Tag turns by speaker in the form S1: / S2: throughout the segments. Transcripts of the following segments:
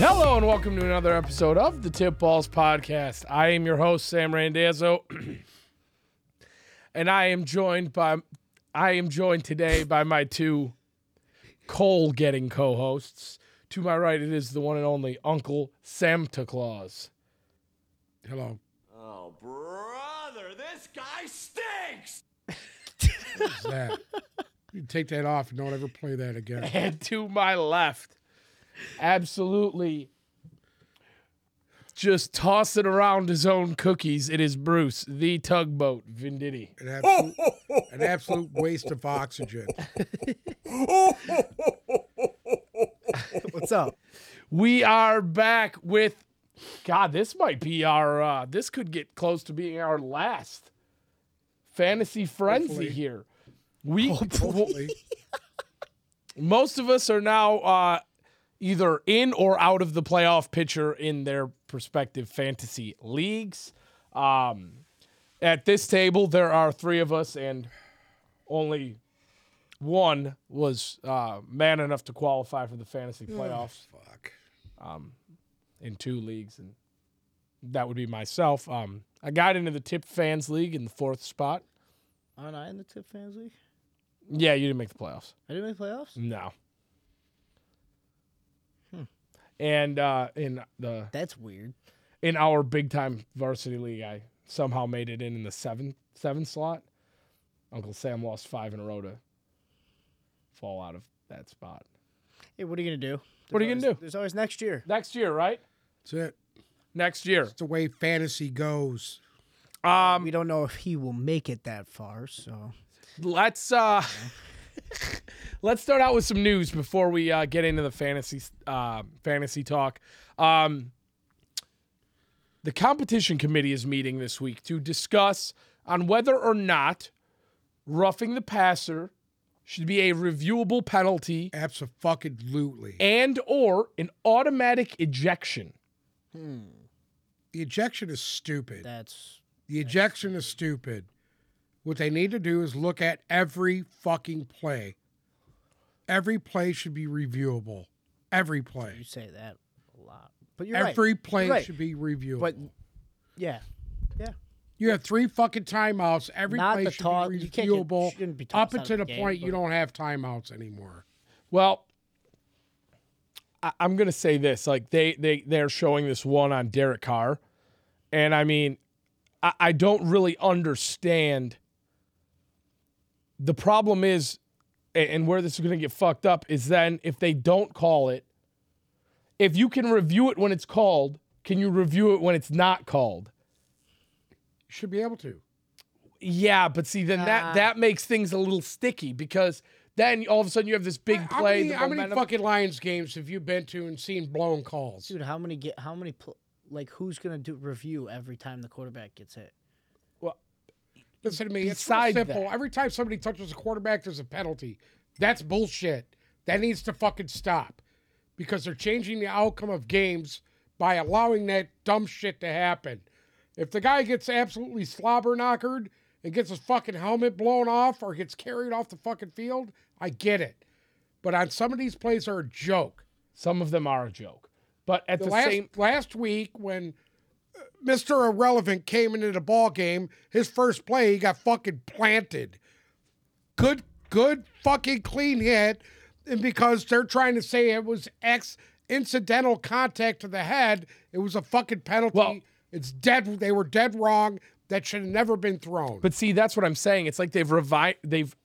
S1: and welcome to another episode of the Tip Balls Podcast. I am your host, Sam Randazzo, and I am joined by I am joined today by my two coal getting co-hosts. To my right, it is the one and only Uncle Santa Claus. Hello.
S2: Oh, brother, this guy stinks!
S3: What's that? You take that off and don't ever play that again.
S1: And to my left, absolutely just tossing around his own cookies, it is Bruce, the tugboat, Venditti.
S3: An absolute, an absolute waste of oxygen.
S4: What's up?
S1: We are back with God, this might be our uh this could get close to being our last fantasy frenzy
S3: Hopefully.
S1: here. We
S3: Hopefully.
S1: most of us are now uh either in or out of the playoff picture in their prospective fantasy leagues. Um at this table there are 3 of us and only one was uh, man enough to qualify for the fantasy
S3: Hmm.
S1: playoffs
S3: Fuck.
S1: um, in two leagues, and that would be myself. Um, I got into the Tip Fans League in the fourth spot.
S4: Aren't I in the Tip Fans League?
S1: Yeah, you didn't make the playoffs.
S4: I didn't make playoffs.
S1: No. Hmm. And uh, in the
S4: That's weird.
S1: in our big time varsity league, I somehow made it in in the seventh seventh slot. Uncle Sam lost five in a row to fall out of that spot
S4: Hey, what are you gonna do?
S1: What are you
S4: There's
S1: gonna
S4: always-
S1: do?
S4: There's always next year.
S1: next year, right?
S3: That's it.
S1: Next year.
S3: It's the way fantasy goes.
S1: Um,
S4: We don't know if he will make it that far. So
S1: let's uh let's start out with some news before we uh, get into the fantasy uh, fantasy talk um the competition committee is meeting this week to discuss on whether or not roughing the passer should be a reviewable penalty
S3: Absolutely.
S1: and or an automatic ejection
S3: The ejection is stupid.
S4: that's
S3: The ejection is stupid. What they need to do is look at every fucking play. Every play should be reviewable. Every
S4: you
S3: play.
S4: say that a lot, but you're right.
S3: Every play
S4: You're right.
S3: should be reviewable.
S4: But yeah,
S3: You have three fucking timeouts. Every
S4: Not
S3: play
S4: the
S3: should
S4: toss-
S3: be
S4: you can't get-
S3: reviewable.
S4: shouldn't be
S3: up
S4: tossed out of
S3: until
S4: the
S3: the
S4: game,
S3: point you
S4: but-
S3: don't have timeouts anymore.
S1: Well, I, I'm gonna say this: like they they they're showing this one on Derek Carr, and I mean, I, I don't really understand. The problem is, a- and where this is gonna get fucked up is then if they don't call it, if you can review it when it's called, can you review it when it's not called?
S3: You should be able to.
S1: Yeah, but see, then
S3: Uh.
S1: that that makes things a little sticky because then all of a sudden you have this big
S3: how
S1: play.
S3: many,
S1: the
S3: how many
S1: momentum-
S3: fucking Lions games have you been to and seen blown calls?
S4: dude. How many get? How many? Pl- like who's gonna do review every time the quarterback gets hit?
S3: Listen to me. It's so
S1: Beside
S3: simple.
S1: that-
S3: Every time somebody touches a quarterback, there's a penalty. That's bullshit. That needs to fucking stop because they're changing the outcome of games by allowing that dumb shit to happen. If the guy gets absolutely slobber knockered and gets his fucking helmet blown off or gets carried off the fucking field, I get it. But on some of these plays are a joke.
S1: Some of them are a joke, but at the,
S3: last,
S1: same
S3: last week when uh, Mr. Irrelevant came into the ball game, his first play he got fucking planted. Good, good fucking clean hit, and because they're trying to say it was ex incidental contact to the head, it was a fucking penalty.
S1: Well-
S3: it's dead. They were dead wrong. That should have never been thrown.
S1: but see that's what I'm saying. It's like they've revi- they've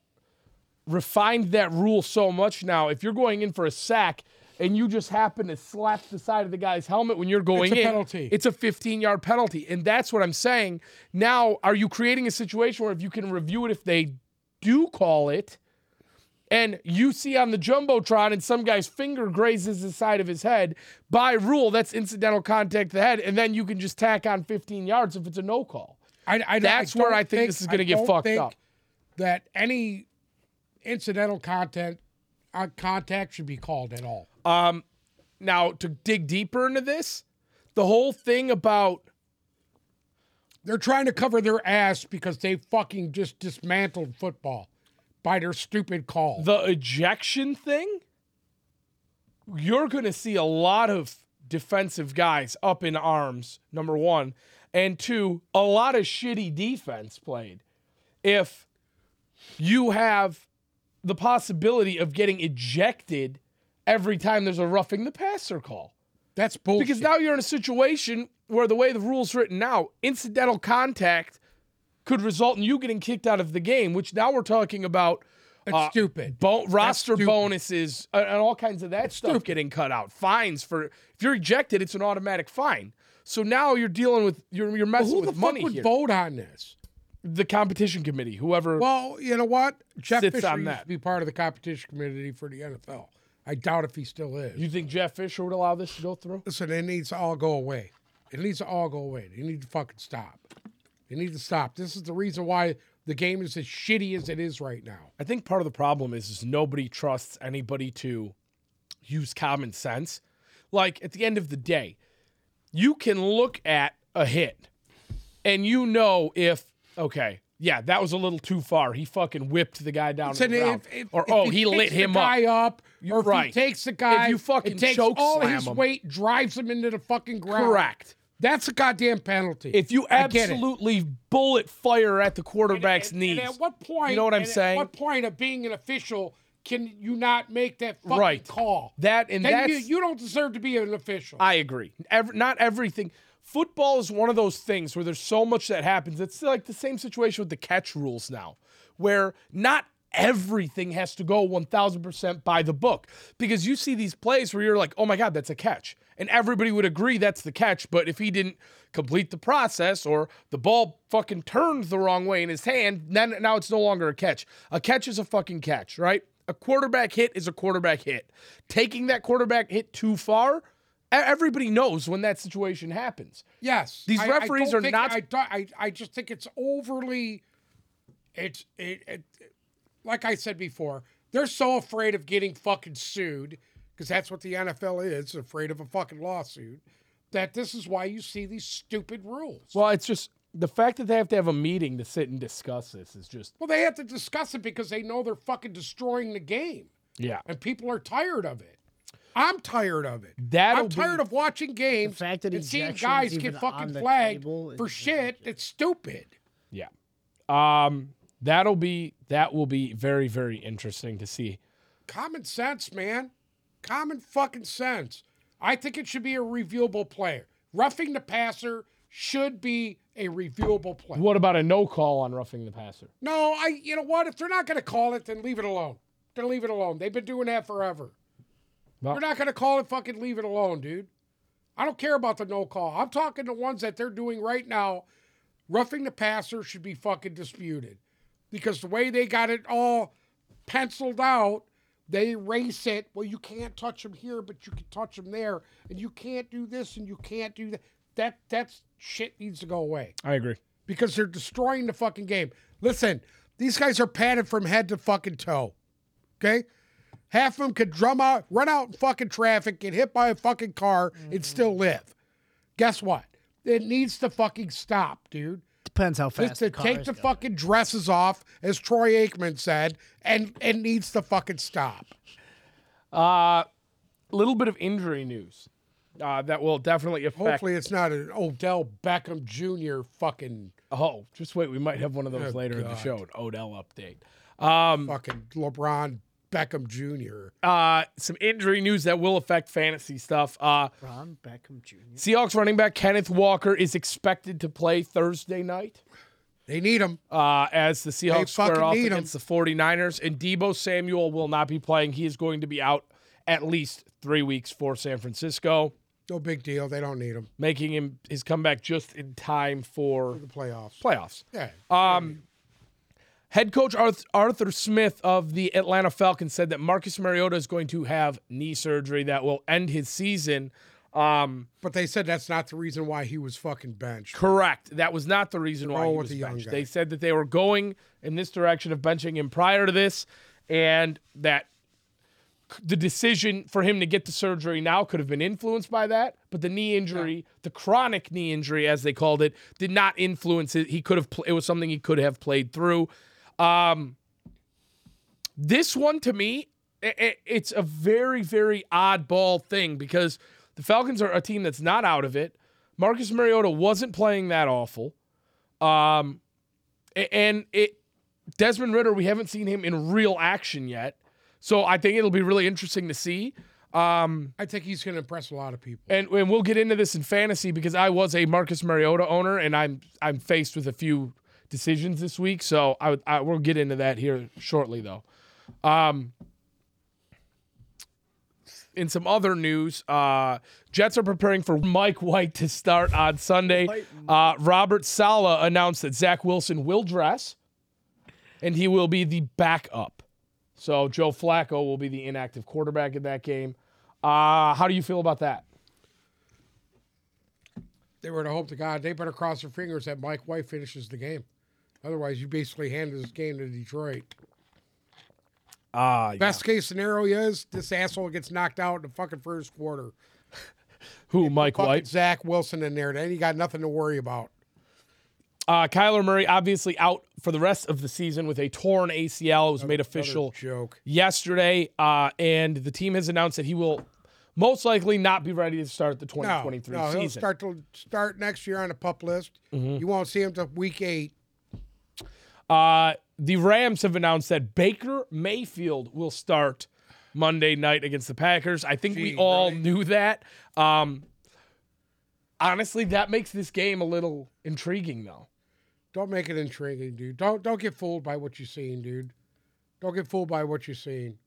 S1: refined that rule so much now. If you're going in for a sack and you just happen to slap the side of the guy's helmet when you're going
S3: It's a
S1: in,
S3: penalty.
S1: it's a 15 yard penalty, and that's what I'm saying. Now, are you creating a situation where if you can review it if they do call it? And you see on the jumbotron, and some guy's finger grazes the side of his head. By rule, that's incidental contact to the head, and then you can just tack on 15 yards if it's a no call.
S3: I, I- I
S1: That's where
S3: don't
S1: I think this is gonna get
S3: don't
S1: fucked
S3: think
S1: up.
S3: That any incidental content uh, contact should be called at all.
S1: Now, to dig deeper into this, the whole thing about
S3: They're trying to cover their ass because they fucking just dismantled football by their stupid call.
S1: the ejection thing, you're going to see a lot of defensive guys up in arms, number one. And two, a lot of shitty defense played. If you have the possibility of getting ejected every time there's a roughing the passer call.
S3: That's bullshit.
S1: Because now you're in a situation where the way the rule's written now, incidental contact could result in you getting kicked out of the game, which now we're talking about
S3: That's
S1: uh,
S3: stupid.
S1: bo- roster
S3: stupid.
S1: bonuses and and all kinds of that stuff getting cut out. Fines for if you're ejected, it's an automatic fine. So now you're dealing with you're you're messing
S3: Who the
S1: with
S3: fuck
S1: money
S3: would
S1: here.
S3: vote on this?
S1: the competition committee, whoever.
S3: Well, you know what? Jeff
S1: Sits
S3: Fisher
S1: on
S3: used
S1: that.
S3: to be part of the competition committee for the NFL. I doubt if he still is.
S1: you think Jeff Fisher would allow this to go through?
S3: Listen, it needs to all go away. It needs to all go away. They need to fucking stop. They need to stop. This is the reason why the game is as shitty as it is right now.
S1: I think part of the problem is, is nobody trusts anybody to use common sense. Like at the end of the day, you can look at a hit and you know if okay, yeah, that was a little too far. He fucking whipped the guy down to
S3: Listen,
S1: the ground.
S3: if- if-
S1: or
S3: if
S1: oh, he
S3: takes
S1: lit
S3: the
S1: him up.
S3: guy up. or if he
S1: right.
S3: takes the guy,
S1: If you
S3: and
S1: fucking
S3: takes
S1: choke
S3: all
S1: slam
S3: his
S1: him.
S3: weight, drives him into the fucking ground.
S1: Correct.
S3: That's a goddamn penalty.
S1: If you
S3: I get it.
S1: absolutely bullet fire at the quarterback's
S3: and,
S1: knees,
S3: and at what point?
S1: You know what I'm
S3: and
S1: saying?
S3: At what point of being an official can you not make that fucking
S1: Right.
S3: call?
S1: that and
S3: Then
S1: that's
S3: you, you don't deserve to be an official.
S1: I agree. Ev- not everything. Football is one of those things where there's so much that happens. It's like the same situation with the catch rules now, where not everything has to go 1000% by the book. Because you see these plays where you're like, oh my God, that's a catch. And everybody would agree that's the catch. But if he didn't complete the process or the ball fucking turned the wrong way in his hand, then now it's no longer a catch. A catch is a fucking catch, right? A quarterback hit is a quarterback hit. Taking that quarterback hit too far, E- Everybody knows when that situation happens.
S3: Yes.
S1: These
S3: I-
S1: referees
S3: I don't
S1: are
S3: think-
S1: not-
S3: I, don't- I, I just think it's overly. It's it, it, like I said before. They're so afraid of getting fucking sued because that's what the NFL is afraid of a fucking lawsuit. That this is why you see these stupid rules. Well,
S1: Well, it's just the fact that they have to have a meeting to sit and discuss this is just
S3: they have to discuss it because they know they're fucking destroying the game
S1: yeah.
S3: and people are tired of it. I'm tired of it.
S1: That'll
S3: I'm tired
S1: be-
S3: of watching games
S4: fact that
S3: and seeing
S4: ejection's
S3: guys get
S4: even on
S3: fucking
S4: the
S3: flagged
S4: table is
S3: for shit that's stupid.
S1: Yeah. Um that'll be that will be very very interesting to see.
S3: Common sense, man. Common fucking sense. I think it should be a reviewable player. Roughing the passer should be a reviewable play.
S1: What about a no call on roughing the passer?
S3: No, I. You know what? If they're not going to call it, then leave it alone. Then leave it alone. They've been doing that forever.
S1: Well-
S3: they're not going to call it. Fucking leave it alone, dude. I don't care about the no call. I'm talking the ones that they're doing right now. Roughing the passer should be fucking disputed because the way they got it all penciled out, they erase it. Well, you can't touch them here, but you can touch them there, and you can't do this and you can't do that. That that's shit needs to go away
S1: I agree.
S3: because they're destroying the fucking game. Listen, these guys are padded from head to fucking toe. Okay? Half of them could drum out, run out in fucking traffic, get hit by a fucking car, and still live. Guess what? It needs to fucking stop, dude.
S4: Depends how fast.
S3: Just to
S4: the car
S3: take
S4: is
S3: the
S4: going.
S3: fucking dresses off, as Troy Aikman said, and it needs to fucking stop.
S1: Uh little bit of injury news. Uh, that will definitely affect.
S3: Hopefully, it's not an Odell Beckham Jr. fucking
S1: Oh, just wait. We might have one of those
S3: Oh,
S1: later in the
S3: God.
S1: show. An Odell update. Um,
S3: fucking LeBron Beckham Jr.
S1: uh, some injury news that will affect fantasy stuff. Uh,
S4: Ron Beckham Jr.
S1: Seahawks running back Kenneth Walker is expected to play Thursday night
S3: They need him.
S1: uh, as the Seahawks square
S3: fucking
S1: off
S3: need 'em.
S1: against the 49ers. And Debo Samuel will not be playing. He is going to be out at least three weeks for San Francisco,
S3: No big deal. They don't need him.
S1: making him his comeback just in time for
S3: The playoffs.
S1: playoffs.
S3: Yeah.
S1: Head coach Arth- Arthur Smith of the Atlanta Falcons said that Marcus Mariota is going to have knee surgery that will end his season. Um,
S3: But they said that's not the reason why he was fucking benched.
S1: Correct. That was not the reason why
S3: roll
S1: he
S3: with
S1: was
S3: the young
S1: benched.
S3: guy.
S1: They said that they were going in this direction of benching him prior to this, and that c- the decision for him to get the surgery now could have been influenced by that. But the knee injury, the chronic knee injury, as they called it, did not influence it. He could have. Pl- it was something he could have played through. Um, this one to me, i i- it's a very very oddball thing because The Falcons are a team that's not out of it. Marcus Mariota wasn't playing that awful. Um, a- and it Desmond Ritter, we haven't seen him in real action yet. So I think it'll be really interesting to see. Um,
S3: I think he's going to impress a lot of people.
S1: and, and we'll get into this in fantasy because I was a Marcus Mariota owner, and I'm I'm faced with a few decisions this week. So I, I we'll get into that here shortly, though. Um, in some other news, uh, Jets are preparing for Mike White to start on Sunday. Uh, Robert Sala announced that Zach Wilson will dress, and he will be the backup. So Joe Flacco will be the inactive quarterback in that game. Uh, how do you feel about that?
S3: They were to hope to God they better cross their fingers that Mike White finishes the game. Otherwise, you basically handed this game to Detroit.
S1: Ah,
S3: Best case scenario is this asshole gets knocked out in the fucking first quarter.
S1: who Mike
S3: Fucking
S1: White?
S3: Zach Wilson in there. Then you got nothing to worry about.
S1: Uh, Kyler Murray obviously out for the rest of the season with a torn ACL. It was made official
S3: Joke.
S1: yesterday, uh, and the team has announced that he will most likely not be ready to start the
S3: No,
S1: 2023
S3: no, he'll
S1: season. Mm-hmm.
S3: start to start next year on the pup list. You won't see him till week eight.
S1: Uh, the Rams have announced that Baker Mayfield will start Monday night against the Packers. I think we
S3: Gee,
S1: all
S3: really?
S1: knew that. Um, honestly, that makes this game a little intriguing, though.
S3: Don't make it intriguing, dude. Don't don't get fooled by what you're seeing, dude. Don't get fooled by what you're seeing.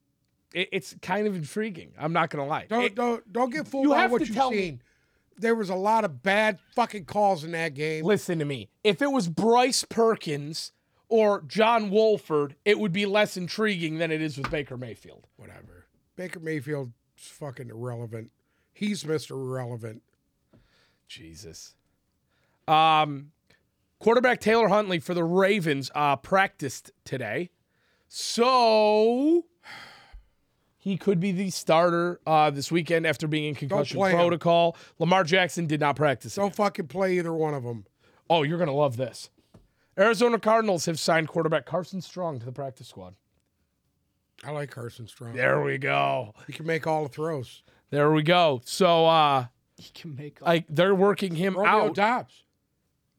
S1: It, it's kind of intriguing. I'm not gonna lie.
S3: Don't
S1: It-
S3: don't don't get fooled
S1: you
S3: by
S1: have
S3: what
S1: to
S3: you've
S1: tell me.
S3: seen. There was a lot of bad fucking calls in that game.
S1: Listen to me. If it was Bryce Perkins or John Wolford, it would be less intriguing than it is with Baker Mayfield.
S3: Whatever. Baker Mayfield's fucking irrelevant. He's Mr. Irrelevant.
S1: Jesus. Um, quarterback Taylor Huntley for the Ravens uh, practiced today, so he could be the starter uh, this weekend after being in concussion
S3: play him.
S1: protocol. Lamar Jackson did not practice.
S3: Don't fucking play either one of them.
S1: Oh, you're going to love this. Arizona Cardinals have signed quarterback Carson Strong to the practice squad.
S3: I like Carson Strong.
S1: There we go.
S3: He can make all the throws.
S1: There we go. So uh
S4: He can make up.
S1: like they're working him
S3: Romeo
S1: out.
S3: Dobbs.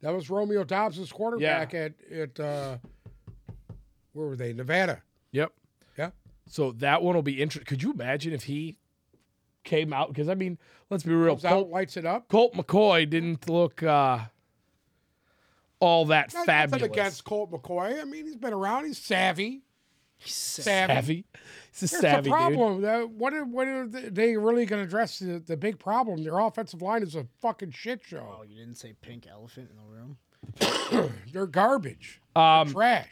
S3: That was Romeo Dobbs' quarterback at at uh, where were they? Nevada.
S1: yep.
S3: Yeah.
S1: So that one will be interesting. Could you imagine if he came out cuz I mean, let's be real.
S3: Comes out,
S1: Oh, Colt,
S3: lights it up.
S1: Colt McCoy didn't look uh all that
S3: Not-
S1: fabulous.
S3: Nothing against Colt McCoy. I mean, he's been around. He's savvy.
S4: He's sick.
S3: Savvy.
S1: savvy. It's a
S3: Here's
S1: savvy
S3: the
S1: dude.
S3: problem. though. what are, what are th- they really going to address the, the big problem? Their offensive line is a fucking shit
S4: Oh,
S3: show.
S4: you didn't say pink elephant in the room.
S3: They're garbage.
S1: Um
S3: Trash.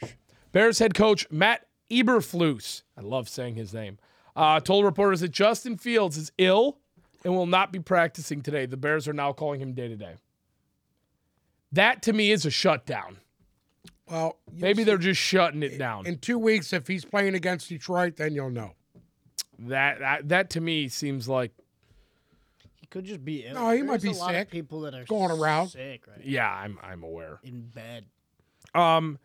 S1: Bears head coach Matt Eberflus, I love saying his name, uh, told reporters that Justin Fields is ill and will not be practicing today. The Bears are now calling him day to day. That to me is a shutdown.
S3: Well, you'll
S1: Maybe
S3: see.
S1: they're just shutting it down.
S3: in two weeks if he's playing against Detroit, then you'll know.
S1: That that, that to me seems like
S4: He could just be ill.
S3: No, he might
S4: There's
S3: be
S4: a lot of
S3: sick.
S4: people that are
S3: Going around.
S4: sick, right?
S1: yeah, I'm I'm aware.
S4: In bed.
S1: Um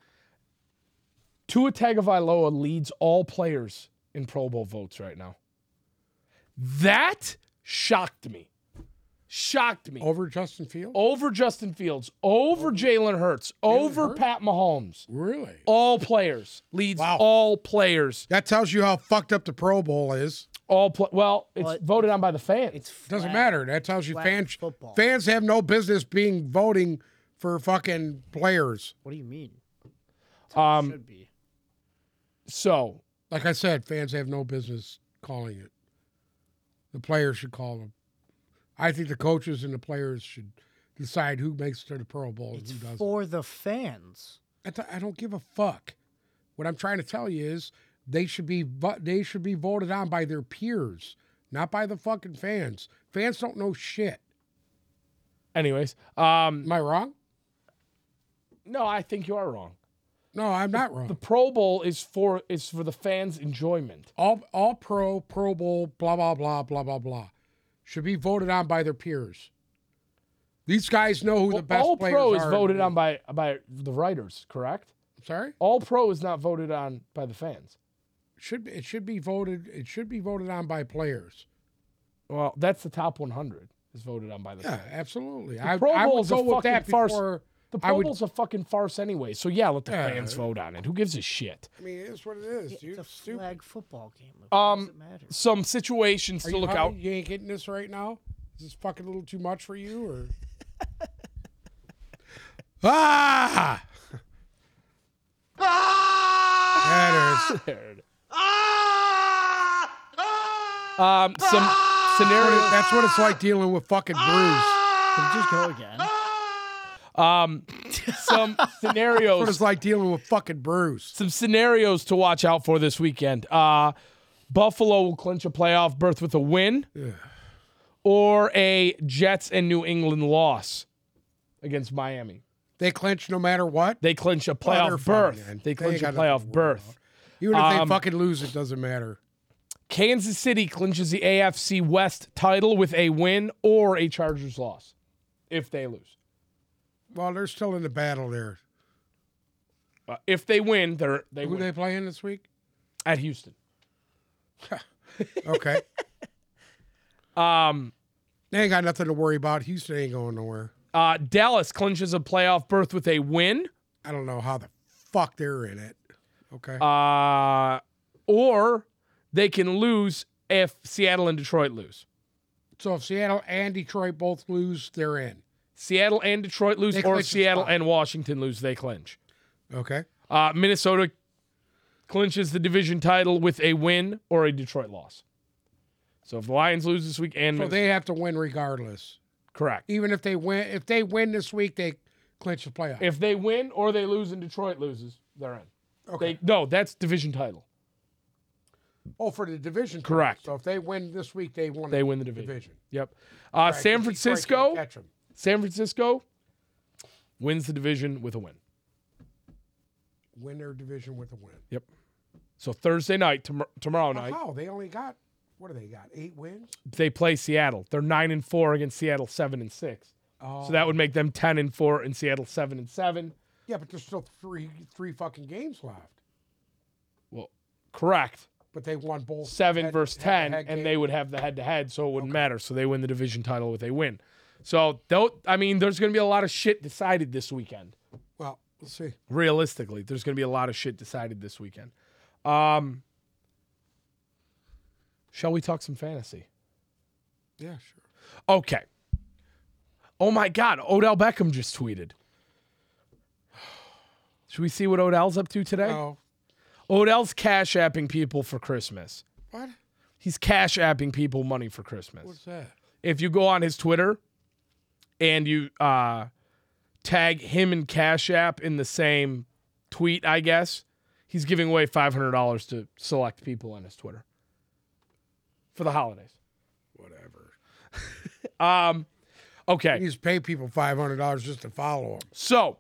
S1: Tua Tagovailoa leads all players in Pro Bowl votes right now. That shocked me. Shocked me.
S3: Over Justin Fields.
S1: over Justin Fields, over Jalen Hurts, over
S3: Hurts?
S1: Pat Mahomes.
S3: Really?
S1: All players leads
S3: Wow.
S1: all players.
S3: That tells you how fucked up the Pro Bowl is.
S1: All pl- well, it's
S4: Well, it-
S1: voted on by the fans.
S4: It's
S3: Doesn't
S4: flat.
S3: matter. That tells you
S4: flat
S3: fans
S4: football.
S3: fans have no business being voting for fucking players.
S4: What do you mean?
S1: Um,
S4: should be.
S1: so
S3: Like I said, fans have no business calling it. The players should call them. I think the coaches and the players should decide who makes it to the Pro Bowl and
S4: It's
S3: who doesn't.
S4: for the fans.
S3: I t- I don't give a fuck. What I'm trying to tell you is they should be vo- they should be voted on by their peers, not by the fucking fans. Fans don't know shit.
S1: anyways, um
S3: Am I wrong?
S1: no, I think you are wrong.
S3: No, I'm not
S1: The
S3: wrong.
S1: Pro Bowl is for is for the fans' enjoyment.
S3: All all pro, Pro Bowl, blah blah blah blah blah blah, should be voted on by their peers. These guys know who the best
S1: all
S3: players
S1: Pro is
S3: are.
S1: voted on by by the writers, correct?
S3: Sorry,
S1: All Pro is not voted on by the fans.
S3: should be- it should be voted it should be voted on by players.
S1: Well, that's the top 100 is voted on by the
S3: Yeah,
S1: fans.
S3: absolutely. I,
S1: Pro
S3: I would
S1: Bowl's a
S3: go with that
S1: fucking farce.
S3: before.
S1: The
S3: I
S1: Pro
S3: would-
S1: Bowl's a fucking farce anyway. So yeah, let the
S3: Yeah.
S1: fans vote on it. Who gives a shit?
S3: I mean, it's what it is, dude.
S4: It's a
S3: It's stupid.
S4: flag football game. What
S1: Um,
S4: does it matter?
S1: Some situations
S3: Are
S1: to
S3: you
S1: look
S3: hungry?
S1: out.
S3: You ain't getting this right now. Is this fucking a little too much for you, or? ah! That is-
S1: Um, some scenarios.
S3: That's what it's
S1: Ah!
S3: like dealing with fucking bruise.
S4: Can we just go again?
S1: Um, some
S3: What
S1: scenarios.
S3: it's like dealing with fucking bruise.
S1: some scenarios to watch out for this weekend. Uh, Buffalo will clinch a playoff berth with a win, or a Jets and New England loss against Miami.
S3: They clinch no matter what.
S1: They clinch a
S3: Well, Oh, they're
S1: playoff
S3: fine,
S1: berth.
S3: man.
S1: they
S3: They
S1: clinch a
S3: ain't got nothing to
S1: playoff
S3: worry
S1: berth.
S3: about. Even if they
S1: Um,
S3: fucking lose, it doesn't matter.
S1: Kansas City clinches the AFC West title with a win or a Chargers loss, if they lose.
S3: Well, they're still in the battle there.
S1: Uh, if they win, they're they
S3: Who
S1: win
S3: they playing this week?
S1: at Houston.
S3: Okay.
S1: Um,
S3: they ain't got nothing to worry about. Houston ain't going nowhere.
S1: uh, Dallas clinches a playoff berth with a win.
S3: I don't know how the fuck they're in it. Okay.
S1: uh, or they can lose if Seattle and Detroit lose.
S3: so if Seattle and Detroit both lose, they're in.
S1: Seattle and Detroit lose,
S3: They
S1: or
S3: clinch the
S1: Seattle
S3: spot.
S1: and Washington lose, they clinch.
S3: Okay.
S1: Uh, Minnesota clinches the division title with a win or a Detroit loss. So if the Lions lose this week and
S3: So
S1: Minnesota-
S3: they have to win regardless.
S1: correct,
S3: Even if they win, if they win this week, they clinch the playoff.
S1: if they win or they lose and Detroit loses, they're in.
S3: Okay.
S1: They, no, that's division title.
S3: oh, for the division. title.
S1: Correct.
S3: So if they win this week, they won.
S1: They
S3: the
S1: win the division.
S3: division.
S1: Yep. Uh, San
S3: Right, 'cause Detroit
S1: Francisco.
S3: can't catch 'em.
S1: San Francisco wins the division with a win.
S3: win their division with a win.
S1: So Thursday night, tom- tomorrow
S3: Well,
S1: night,
S3: How they only got what do they got? Eight wins.
S1: they play Seattle. They're nine and four against Seattle, seven and six.
S3: Oh.
S1: So that would make them ten and four, and Seattle seven and seven.
S3: yeah, but there's still three three fucking games left.
S1: Well, correct.
S3: But they won both
S1: Seven
S3: head-
S1: versus ten,
S3: head-to-head
S1: and
S3: games.
S1: they would have the head to head, so it wouldn't matter. So they win the division title if they win. So though, I mean, there's going to be a lot of shit decided this weekend.
S3: Well, let's see.
S1: Realistically, there's going to be a lot of shit decided this weekend. Um, shall we talk some fantasy?
S3: Yeah, sure.
S1: Okay. Oh my God, Odell Beckham just tweeted. Should we see what Odell's up to today?
S3: Oh,
S1: Odell's cash apping people for Christmas.
S3: what?
S1: He's cash apping people money for Christmas.
S3: What's that?
S1: If you go on his Twitter and you uh, tag him and Cash App in the same tweet, I guess, he's giving away $500 to select people on his Twitter for the holidays.
S3: Whatever.
S1: Um, okay.
S3: You just pay people five hundred dollars just to follow them.
S1: So,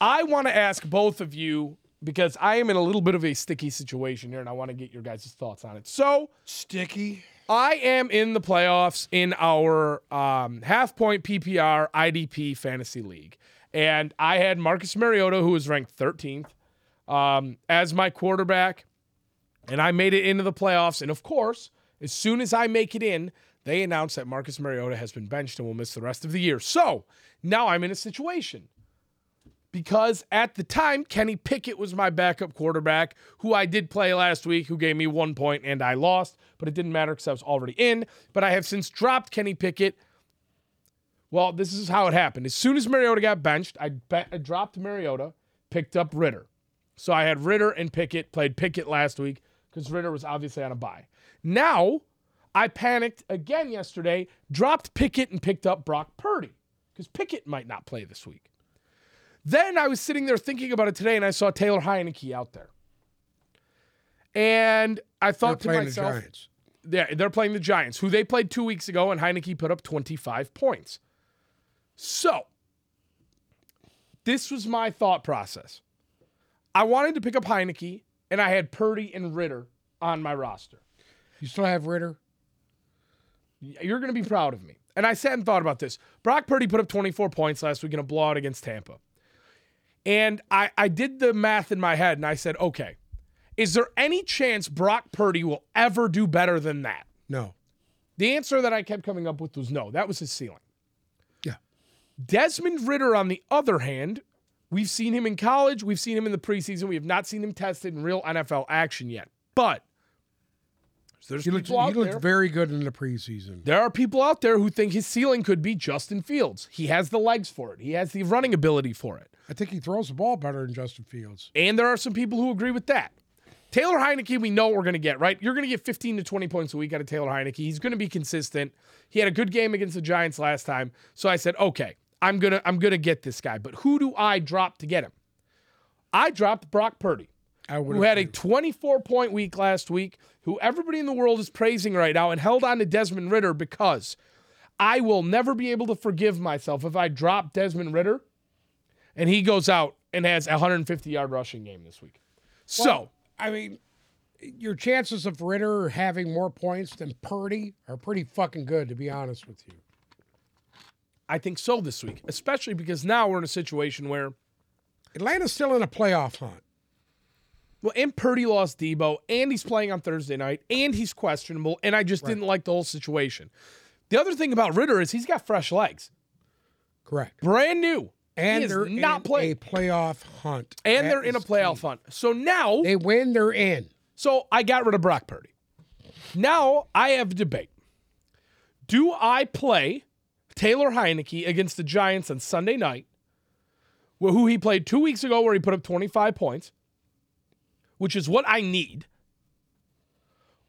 S1: I want to ask both of you because I am in a little bit of a sticky situation here and I want to get your guys' thoughts on it. So,
S3: Sticky.
S1: I am in the playoffs in our um, half point PPR IDP fantasy league. And I had Marcus Mariota, who was ranked 13th, um, as my quarterback. And I made it into the playoffs. And of course, as soon as I make it in, they announced that Marcus Mariota has been benched and will miss the rest of the year. So now I'm in a situation because at the time, Kenny Pickett was my backup quarterback, who I did play last week, who gave me one point and I lost, but it didn't matter because I was already in. But I have since dropped Kenny Pickett. Well, this is how it happened. As soon as Mariota got benched, I, be- I dropped Mariota, picked up Ritter. So I had Ritter and Pickett, played Pickett last week because Ritter was obviously on a bye. Now I panicked again yesterday, dropped Pickett and picked up Brock Purdy because Pickett might not play this week. Then I was sitting there thinking about it today, and I saw Taylor Heineke out there, and I
S3: They're
S1: thought to
S3: playing
S1: myself,
S3: the Giants.
S1: they're, they're playing the Giants, who they played two weeks ago, and Heineke put up 25 points. So, this was my thought process. I wanted to pick up Heineke, and I had Purdy and Ritter on my roster.
S3: You still have Ritter?
S1: You're going to be proud of me. And I sat and thought about this. Brock Purdy put up 24 points last week in a blowout against Tampa. And I, I did the math in my head, and I said, okay, is there any chance Brock Purdy will ever do better than that?
S3: No.
S1: The answer that I kept coming up with was no. That was his ceiling.
S3: Yeah.
S1: Desmond Ritter, on the other hand, we've seen him in college, we've seen him in the preseason, we have not seen him tested in real NFL action yet. But there's
S3: He looked,
S1: people out
S3: he
S1: there-
S3: looked very good in the preseason.
S1: there are people out there who think his ceiling could be Justin Fields. He has the legs for it. He has the running ability for it.
S3: I think he throws the ball better than Justin Fields.
S1: And there are some people who agree with that. Taylor Heineke, we know what we're going to get, right? You're going to get 15 to 20 points a week out of Taylor Heineke. He's going to be consistent. He had a good game against the Giants last time. So I said, okay, I'm going to I'm gonna get this guy. But who do I drop to get him? I dropped Brock Purdy,
S3: I would
S1: who had a 24 point week last week, who everybody in the world is praising right now, and held on to Desmond Ritter because I will never be able to forgive myself if I drop Desmond Ritter and he goes out and has a 150 yard rushing game this week. So,
S3: I mean, your chances of Ritter having more points than Purdy are pretty fucking good, to be honest with you.
S1: I think so this week, especially because now we're in a situation where,
S3: Atlanta's still in a playoff hunt.
S1: well, and Purdy lost Debo, and he's playing on Thursday night, and he's questionable, and I just didn't like the whole situation. The other thing about Ritter is he's got fresh legs,
S3: Correct.
S1: brand new,
S3: And
S1: is
S3: they're
S1: not
S3: in
S1: playing.
S3: a playoff hunt.
S1: and
S3: That
S1: they're in a
S3: is
S1: playoff
S3: key.
S1: hunt. So now,
S3: They win, they're in.
S1: so I got rid of Brock Purdy. Now I have a debate. Do I play Taylor Heineke against the Giants on Sunday night, wh- who he played two weeks ago, where he put up 25 points, which is what I need?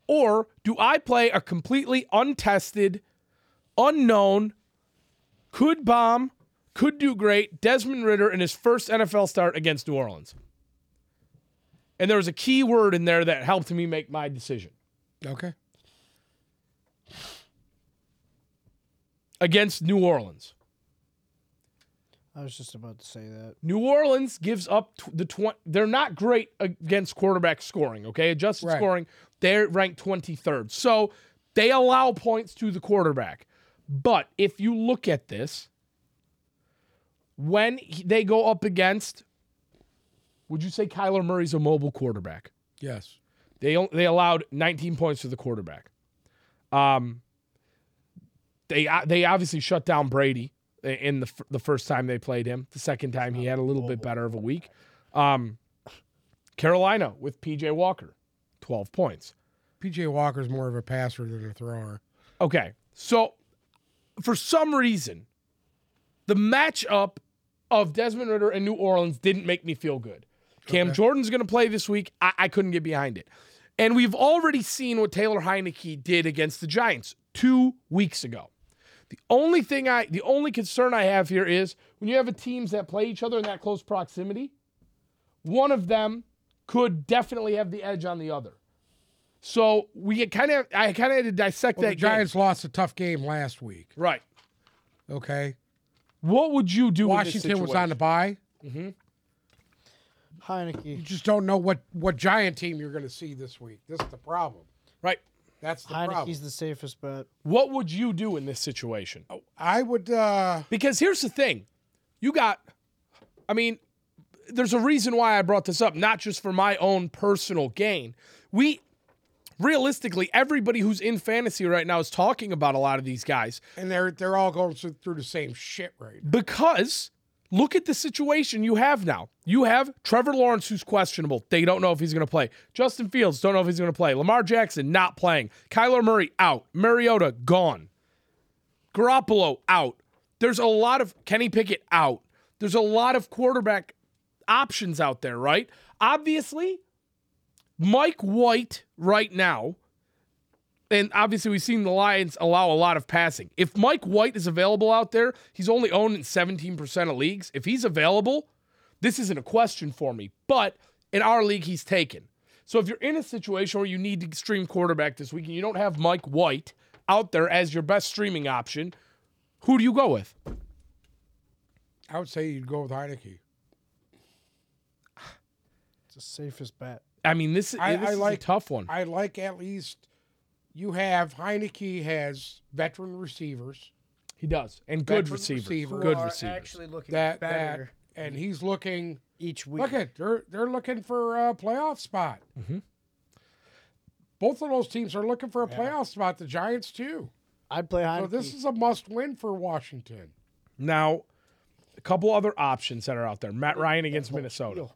S1: Or do I play a completely untested, unknown, could bomb, could do great Desmond Ritter in his first NFL start against New Orleans? And there was a key word in there that helped me make my decision
S3: Okay.
S1: against New Orleans.
S4: I was just about to say that.
S1: New Orleans gives up tw- the 20. They're not great against quarterback scoring, okay? Adjusted
S3: Right.
S1: scoring, they're ranked 23rd. So they allow points to the quarterback. But if you look at this, when he- they go up against, would you say Kyler Murray's a mobile quarterback?
S3: Yes.
S1: They on- they allowed 19 points to the quarterback. Um, they o- they obviously shut down Brady i- in the f- the first time they played him. The second time he had a little bit better of a week. Um, Carolina with PJ Walker, 12 points.
S3: PJ Walker's more of a passer than a thrower.
S1: Okay. So for some reason, the matchup of Desmond Ritter and New Orleans didn't make me feel good. Cam Jordan's going to play this week. I-, I couldn't get behind it. And we've already seen what Taylor Heineke did against the Giants two weeks ago. The only thing I, the only concern I have here is when you have a teams that play each other in that close proximity, one of them could definitely have the edge on the other. So we kind of, I kind of had to dissect
S3: Well,
S1: that.
S3: the
S1: game.
S3: Giants lost a tough game last week.
S1: Right.
S3: Okay.
S1: What would you do?
S3: Washington was on the bye. You
S4: Heineke.
S3: just don't know what, what Giant team you're going to see this week. This is the problem.
S1: right.
S3: That's the problem.
S4: Heineke's the safest bet.
S1: What would you do in this situation?
S3: I would. uh
S1: Because here's the thing, you got. I mean, there's a reason why I brought this up, not just for my own personal gain. We. Realistically, everybody who's in fantasy right now is talking about a lot of these guys
S3: and they're they're all going through, through the same shit right now.
S1: because look at the situation you have now. You have Trevor Lawrence, who's questionable. They don't know if he's going to play. Justin Fields, don't know if he's going to play. Lamar Jackson, not playing. Kyler Murray, out. Mariota, gone. Garoppolo, out. There's a lot of Kenny Pickett, out. There's a lot of quarterback options out there, right? Obviously, Mike White right now, and obviously we've seen the Lions allow a lot of passing. If Mike White is available out there, he's only owned in 17% of leagues. If he's available, this isn't a question for me. But in our league, he's taken. So if you're in a situation where you need to stream quarterback this week and you don't have Mike White out there as your best streaming option, who do you go with?
S3: I would say you'd go with Heineke.
S4: It's the safest bet.
S1: I mean, this,
S3: I-
S1: this
S3: I
S1: is
S3: like-
S1: a tough one.
S3: I like at least you have Heineke has veteran receivers
S1: he does. And good
S3: Veteran
S1: receivers.
S3: receiver.
S1: Good
S4: Who are
S1: receivers.
S4: actually looking
S3: that
S4: better Mm-hmm.
S3: that and he's looking.
S4: each week.
S3: Look at they're they're looking for a playoff
S4: Mm-hmm.
S3: spot. Both of those teams are looking for a playoff spot. The Giants too.
S4: I'd play
S3: So
S4: Heineke.
S3: this is a must win for Washington.
S1: Now, a couple other options that are out there. Matt Ryan against Minnesota.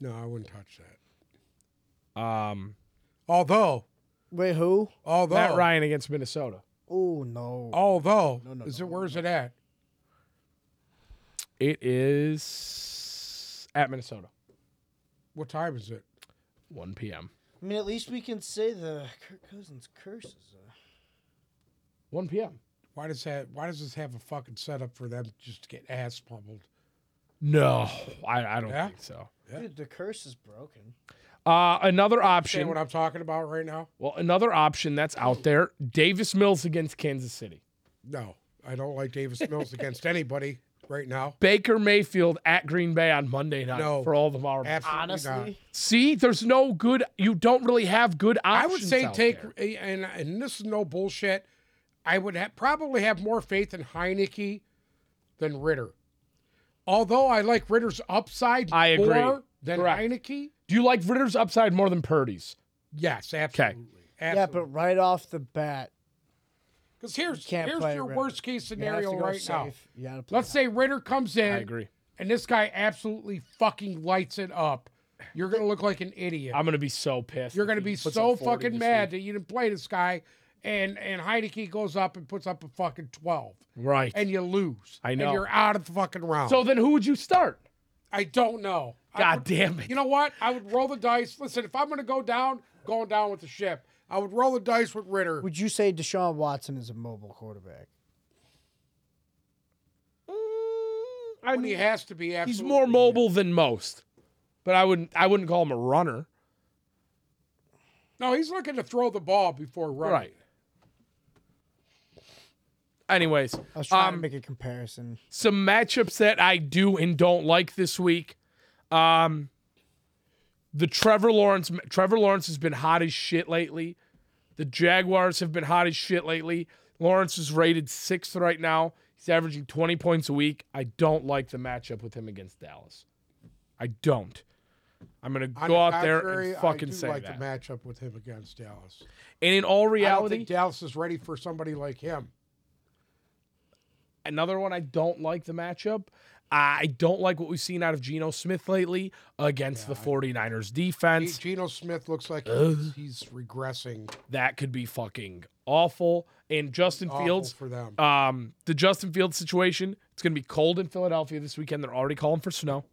S3: No, I wouldn't touch that.
S1: Um,
S3: Although,
S4: Wait, who?
S3: although,
S1: Matt Ryan against Minnesota.
S4: Oh no.
S3: although,
S4: No, no,
S3: is
S4: no,
S3: it where's it at?
S1: It is at Minnesota,
S3: What time is it?
S1: 1 p.m.
S4: I mean, at least we can say the Kirk Cousins uh, curses.
S1: 1 p.m.
S3: Why does that? Why does this have a fucking setup for them just to get ass pummeled?
S1: No, I, I don't
S3: Yeah?
S1: think so.
S3: Yeah.
S4: Dude, the curse is broken.
S1: Uh, another
S3: Understand
S1: option.
S3: what I'm talking about right now?
S1: Well, another option that's out there: Davis Mills against Kansas City.
S3: No, I don't like Davis Mills against anybody right now.
S1: Baker Mayfield at Green Bay on Monday night
S3: No.
S1: for all the marbles.
S3: Absolutely not.
S4: Honestly,
S1: See, there's no good. You don't really have good options.
S3: I would say
S1: out
S3: take
S1: there.
S3: and and this is no bullshit. I would ha- probably have more faith in Heineke than Ritter. Although I like Ritter's upside
S1: I agree.
S3: more than
S1: Correct.
S3: Heineke.
S1: Do you like Ritter's upside more than Purdy's?
S3: Yes, absolutely.
S4: yeah, but right off the bat,
S3: because here's
S4: can't
S3: here's
S4: play
S3: your
S4: Ritter.
S3: worst case
S4: you have to
S3: scenario
S4: go
S3: right now.
S4: safe. You gotta play
S3: Let's say Ritter comes
S1: I
S3: in
S1: agree.
S3: and this guy absolutely fucking lights it up. You're gonna look like an idiot.
S1: I'm gonna be so pissed.
S3: You're
S1: if
S3: going to
S1: he
S3: be
S1: puts
S3: so
S1: up 40
S3: fucking
S1: this
S3: mad that you didn't play this guy, and and Heineke goes up and puts up a fucking twelve,
S1: week. Right.
S3: and you lose.
S1: I know.
S3: And you're out of the fucking round.
S1: so then, who would you start?
S3: I don't know. I
S1: God
S3: would-
S1: damn it!
S3: you know what? I would roll the dice. Listen, if I'm going to go down, going down with the ship. I would roll the dice with Ritter.
S4: Would you say Deshaun Watson is a mobile quarterback?
S1: I
S3: when he
S1: mean,
S3: has to be.
S1: he's
S3: Absolutely.
S1: more mobile than most, but I wouldn't. I wouldn't call him a runner.
S3: No, he's looking to throw the ball before running.
S1: Right. Anyways,
S4: I was trying
S1: Um,
S4: to make a comparison.
S1: some matchups that I do and don't like this week. Um, the Trevor Lawrence. Trevor Lawrence has been hot as shit lately. The Jaguars have been hot as shit lately. Lawrence is rated sixth right now. He's averaging 20 points a week. I don't like the matchup with him against Dallas. I don't. I'm gonna
S3: On
S1: go
S3: the
S1: out there
S3: contrary,
S1: and fucking
S3: I do
S1: say
S3: like
S1: that.
S3: the matchup with him against Dallas.
S1: and in all
S3: I don't
S1: reality,
S3: think Dallas is ready for somebody like him.
S1: Another one I don't like the matchup. I don't like what we've seen out of Geno Smith lately against the 49ers
S3: He-
S1: defense.
S3: Geno Smith looks like he's, he's regressing
S1: That could be fucking awful. And Justin
S3: awful
S1: Fields,
S3: for them.
S1: um, the Justin Fields situation, it's going to be cold in Philadelphia this weekend. They're already calling for snow.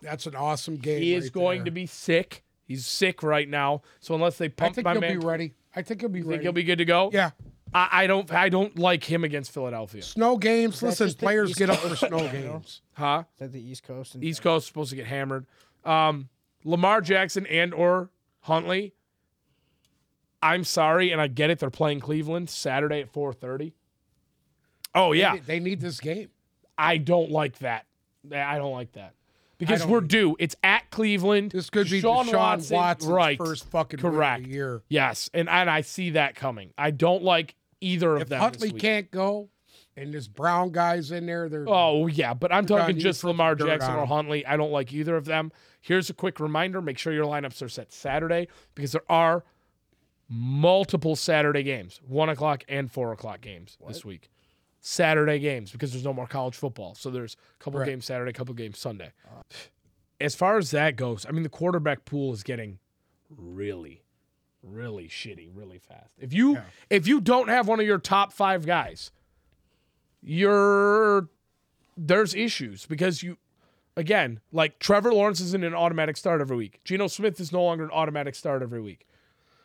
S3: That's an awesome game.
S1: He is
S3: right
S1: going
S3: there.
S1: to be sick. He's sick right now. So unless they
S3: I
S1: pump
S3: think
S1: my
S3: he'll
S1: man,
S3: be ready. I think he'll be
S1: you
S3: ready.
S1: think he'll be good to go?
S3: yeah.
S1: I, I don't. I don't like him against Philadelphia.
S3: Snow games.
S4: That's
S3: Listen,
S4: just the
S3: players
S4: East
S3: get up for
S4: Coast
S3: snow
S4: in general.
S3: games.
S1: Huh?
S4: Is that the East Coast? And
S1: East Coast is supposed to get hammered. Um, Lamar Jackson and or Huntley. I'm sorry, and I get it. They're playing Cleveland Saturday at 4:30. Oh yeah,
S3: They, they need this game.
S1: I don't like that. I don't like that because
S3: don't
S1: we're
S3: either.
S1: due. It's at Cleveland.
S3: This could be
S1: Deshaun
S3: Deshaun Watson's
S1: Watson, right?
S3: first fucking
S1: Correct.
S3: win of the year.
S1: Yes, and and I see that coming. I don't like either of
S3: If
S1: them. this
S3: Huntley
S1: week.
S3: can't go, and this Brown guy's in there, they're
S1: Oh yeah, but I'm
S3: You're
S1: talking
S3: done. You
S1: just
S3: throw some
S1: Lamar
S3: dirt
S1: Jackson
S3: on
S1: or
S3: him.
S1: Huntley. I don't like either of them. Here's a quick reminder: make sure your lineups are set Saturday because there are multiple Saturday games, one o'clock and four o'clock games this week. Saturday games because there's no more college football, so there's a couple
S3: Right. Uh.
S1: games Saturday, a couple games Sunday. As far as that goes, I mean the quarterback pool is getting really, really shitty, really fast. If you
S3: Yeah.
S1: if you don't have one of your top five guys, you're there's issues because you again, like Trevor Lawrence isn't an automatic start every week. Geno Smith is no longer an automatic start every week.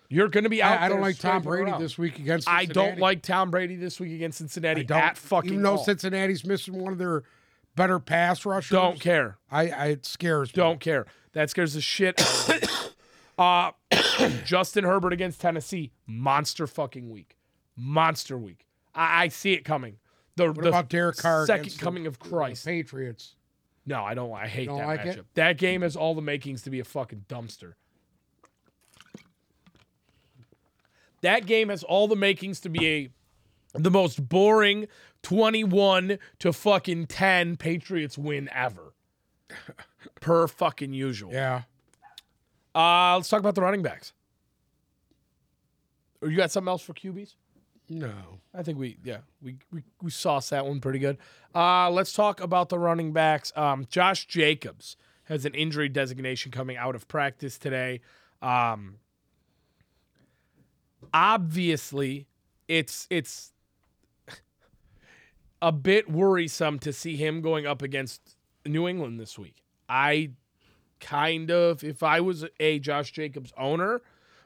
S1: You're going to be out.
S3: I, I don't
S1: there
S3: like Tom
S1: scraping
S3: Brady
S1: around.
S3: this week against.
S1: I don't
S3: Cincinnati.
S1: like Tom Brady this week against Cincinnati
S3: I don't.
S1: at fucking
S3: even though
S1: all.
S3: Cincinnati's missing one of their better pass rushers.
S1: Don't care.
S3: I, I it scares me.
S1: Don't care. That scares the shit out of me. Uh, Justin Herbert against Tennessee. Monster fucking week. Monster week. I, I see it coming. The,
S3: What
S1: the
S3: about Derek Carr?
S1: second
S3: against the-
S1: coming of
S3: the
S1: Christ.
S3: Patriots.
S1: No, I don't. I hate
S3: Don't
S1: that
S3: like
S1: matchup.
S3: it?
S1: That game has all the makings to be a fucking dumpster. That game has all the makings to be a the most boring 21 to fucking 10 Patriots win ever. per fucking usual.
S3: Yeah.
S1: Uh, let's talk about the running backs. Or you got something else for QBs?
S3: No.
S1: I think we yeah we we, we sauced that one pretty good. Uh, let's talk about the running backs. Um, Josh Jacobs has an injury designation coming out of practice today. Um, obviously, it's it's a bit worrisome to see him going up against New England this week. I kind of, if I was a Josh Jacobs owner,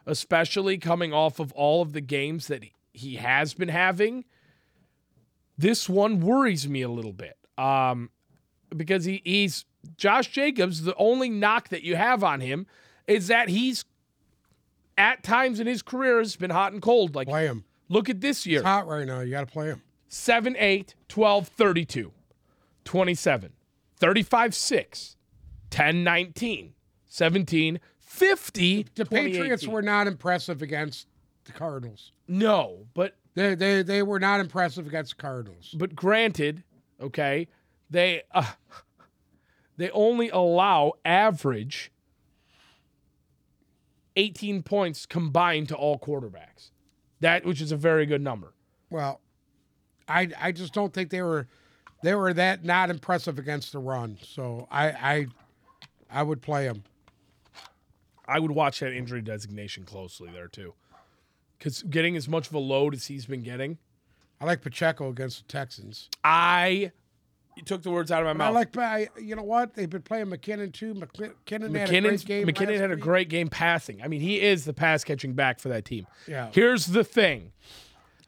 S1: especially coming off of all of the games that he has been having, this one worries me a little bit. Um, because he, he's Josh Jacobs, the only knock that you have on him is that he's at times in his career has been hot and cold. Like,
S3: Play him.
S1: look at this year
S3: It's hot right now. You got to play him.
S1: 7 8 12 32 27 35 6 10 19 17 50
S3: The Patriots were not impressive against the Cardinals.
S1: no but
S3: They, they, they were not impressive against the Cardinals.
S1: but granted okay they uh, they only allow average 18 points combined to all quarterbacks that which is a very good number
S3: Well, I I just don't think they were they were that not impressive against the run. So I I I would play him.
S1: I would watch that injury designation closely there too, because getting as much of a load as he's been getting,
S3: I like Pacheco against the Texans.
S1: I you took the words out of my
S3: I
S1: mouth.
S3: like I, you know what they've been playing McKinnon too. McKinnon, had a
S1: McKinnon's,
S3: great game.
S1: McKinnon
S3: last
S1: had a
S3: week.
S1: great game passing. I mean, he is the pass catching back for that team.
S3: Yeah.
S1: Here's the thing: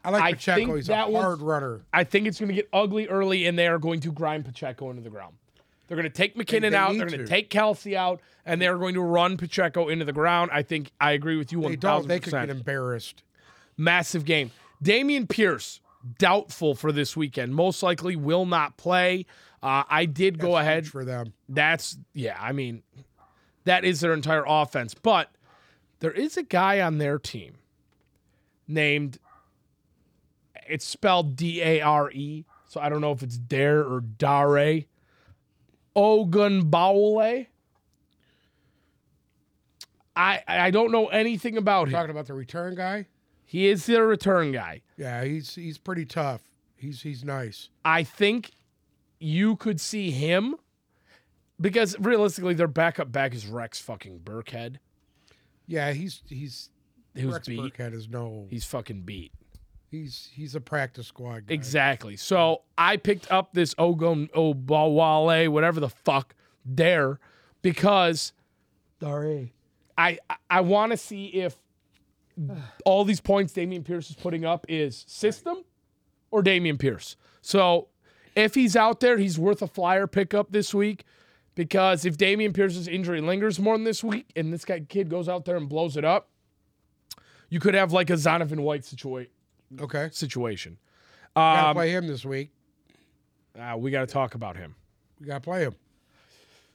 S3: I
S1: I
S3: like Pacheco.
S1: think
S3: He's a
S1: that
S3: hard
S1: was-
S3: runner.
S1: I think it's going to get ugly early, and they are going to grind Pacheco into the ground. They're going to take McKinnon
S3: they
S1: out.
S3: need
S1: They're going to
S3: to.
S1: take Kelsey out, and they're going to run Pacheco into the ground. I think I agree with you
S3: They
S1: one
S3: don't.
S1: thousand
S3: They could
S1: percent.
S3: get embarrassed.
S1: massive game. Damian Pierce, doubtful for this weekend. Most likely will not play. Uh, I did go ahead.
S3: for them.
S1: That's, yeah, I mean, that is their entire offense. But there is a guy on their team named, it's spelled D A R E. So I don't know if it's Dare or Dare. Ogunbowale. I, I don't know anything about him.
S3: Talking about the return guy.
S1: He is their return guy.
S3: Yeah, he's he's pretty tough. He's he's nice.
S1: I think you could see him because realistically, their backup back is Rex fucking Burkhead,
S3: Yeah, he's he's
S1: who's
S3: Rex
S1: beat.
S3: Burkhead is no.
S1: He's fucking beat.
S3: He's he's a practice squad guy.
S1: Exactly. So I picked up this Ogon Obawale, whatever the fuck, there because
S3: Sorry.
S1: I I, I want to see if all these points Damian Pierce is putting up is system or Damian Pierce. So if he's out there, he's worth a flyer pickup this week because if Damian Pierce's injury lingers more than this week and this guy kid goes out there and blows it up, you could have like a Zonovan White situa-
S3: Okay.
S1: situation.
S3: Gotta
S1: Um,
S3: play him this week.
S1: uh, we got to talk about him.
S3: We gotta play him.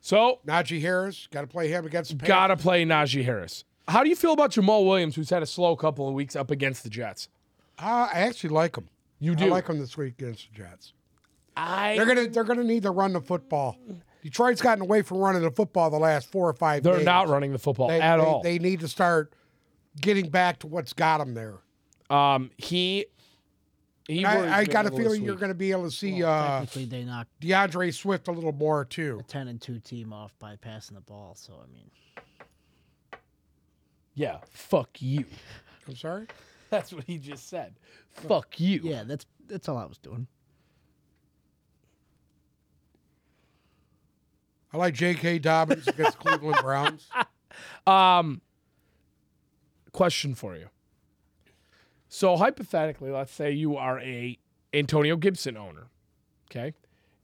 S1: So
S3: Najee Harris. Gotta play him against. the Pan-
S1: gotta play Najee Harris. How do you feel about Jamal Williams, who's had a slow couple of weeks up against the Jets?
S3: Uh, I actually like him.
S1: You
S3: I
S1: do.
S3: like him this week against the Jets.
S1: I
S3: They're gonna they're gonna need to run the football. Detroit's gotten away from running the football the last four or 5
S1: They're
S3: games.
S1: not running the football
S3: They-
S1: at
S3: they-
S1: all.
S3: They need to start getting back to what's got them there.
S1: um, he, he. worries
S3: I, I
S1: me
S3: got a
S1: little
S3: feeling
S1: this
S3: you're
S1: week.
S3: gonna be able to see uh,
S4: Technically, they knocked
S3: DeAndre Swift a little more too.
S4: ten and two team off by passing the ball. So I mean,
S1: Yeah, fuck you.
S3: I'm sorry.
S1: That's what he just said. Fuck you.
S4: yeah, that's that's all I was doing.
S3: I like J.K. Dobbins against Cleveland Browns.
S1: Um, question for you. So hypothetically, let's say you are a Antonio Gibson owner, okay?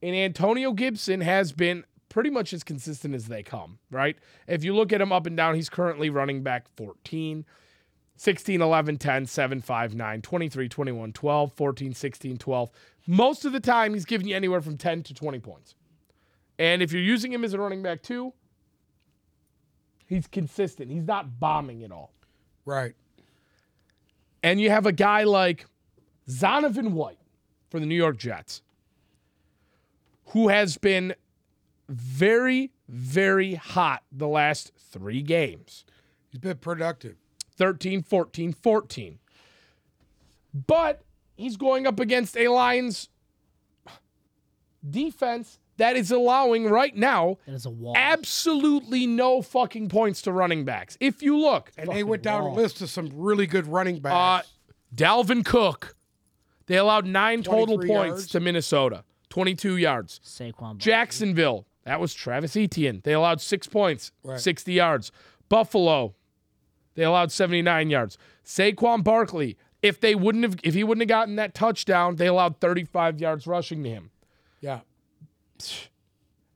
S1: And Antonio Gibson has been pretty much as consistent as they come, right? If you look at him up and down, he's currently running back 14, 16, 11, 10, 7, 5, 9, 23, 21, 12, 14, 16, 12. Most of the time, he's giving you anywhere from 10 to 20 points. And if you're using him as a running back too, he's consistent. He's not bombing at all
S3: Right.
S1: and you have a guy like Zonovan White for the New York Jets, who has been very, very hot the last three games
S3: He's been productive.
S1: 13, 14, 14. But he's going up against a Lions defense that is allowing right now
S4: That is a wall.
S1: absolutely no fucking points to running backs. If you look,
S3: And they went down a list of some really good running
S1: uh,
S3: backs.
S1: Dalvin Cook, they allowed nine total
S3: 23
S1: points
S3: yards.
S1: to Minnesota, 22 yards.
S4: Saquon. Barkley.
S1: Jacksonville, that was Travis Etienne. They allowed six points,
S3: Right.
S1: 60 yards. Buffalo, they allowed 79 yards. Saquon Barkley, if they wouldn't have, if he wouldn't have gotten that touchdown, they allowed 35 yards rushing to him.
S3: yeah.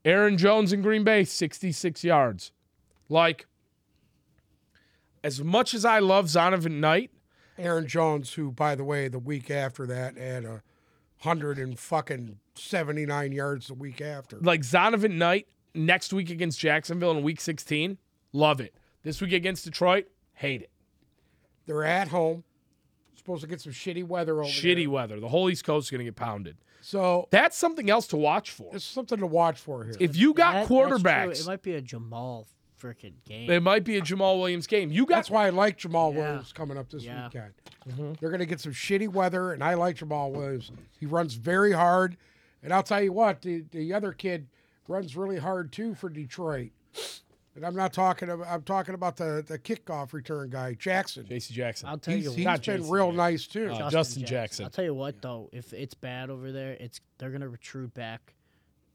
S1: Aaron Jones in Green Bay, 66 yards. Like, as much as I love Zonovan Knight,
S3: Aaron Jones, who, by the way, the week after that had a hundred and fucking seventy nine yards the week after.
S1: like Zonovan Knight next week against Jacksonville in week 16, love it. This week against Detroit, hate it.
S3: They're at home. Supposed to get some shitty weather over
S1: Shitty
S3: there.
S1: weather. The whole East Coast is going to get pounded.
S3: So
S1: That's something else to watch for.
S3: it's something to watch for here.
S1: If you got
S4: That- that's true.
S1: quarterbacks,
S4: It might be a Jamal freaking game.
S1: it might be a Jamal Williams game. You got
S3: That's why I like Jamal
S4: Yeah.
S3: Williams coming up this
S4: Yeah.
S3: weekend.
S1: Mm-hmm.
S3: They're going to get some shitty weather, and I like Jamal Williams. He runs very hard, and I'll tell you what, the, the other kid runs really hard too for Detroit. And I'm not talking. About, I'm talking about the the kickoff return guy, Jackson.
S1: J.C. Jackson.
S4: I'll tell
S3: He's,
S4: you
S3: he's
S1: Not
S3: been
S1: Jason
S3: real
S1: Jackson.
S3: nice too.
S1: Uh,
S4: what,
S1: Justin Jackson.
S4: I'll tell you what though, if it's bad over there, it's they're gonna retreat back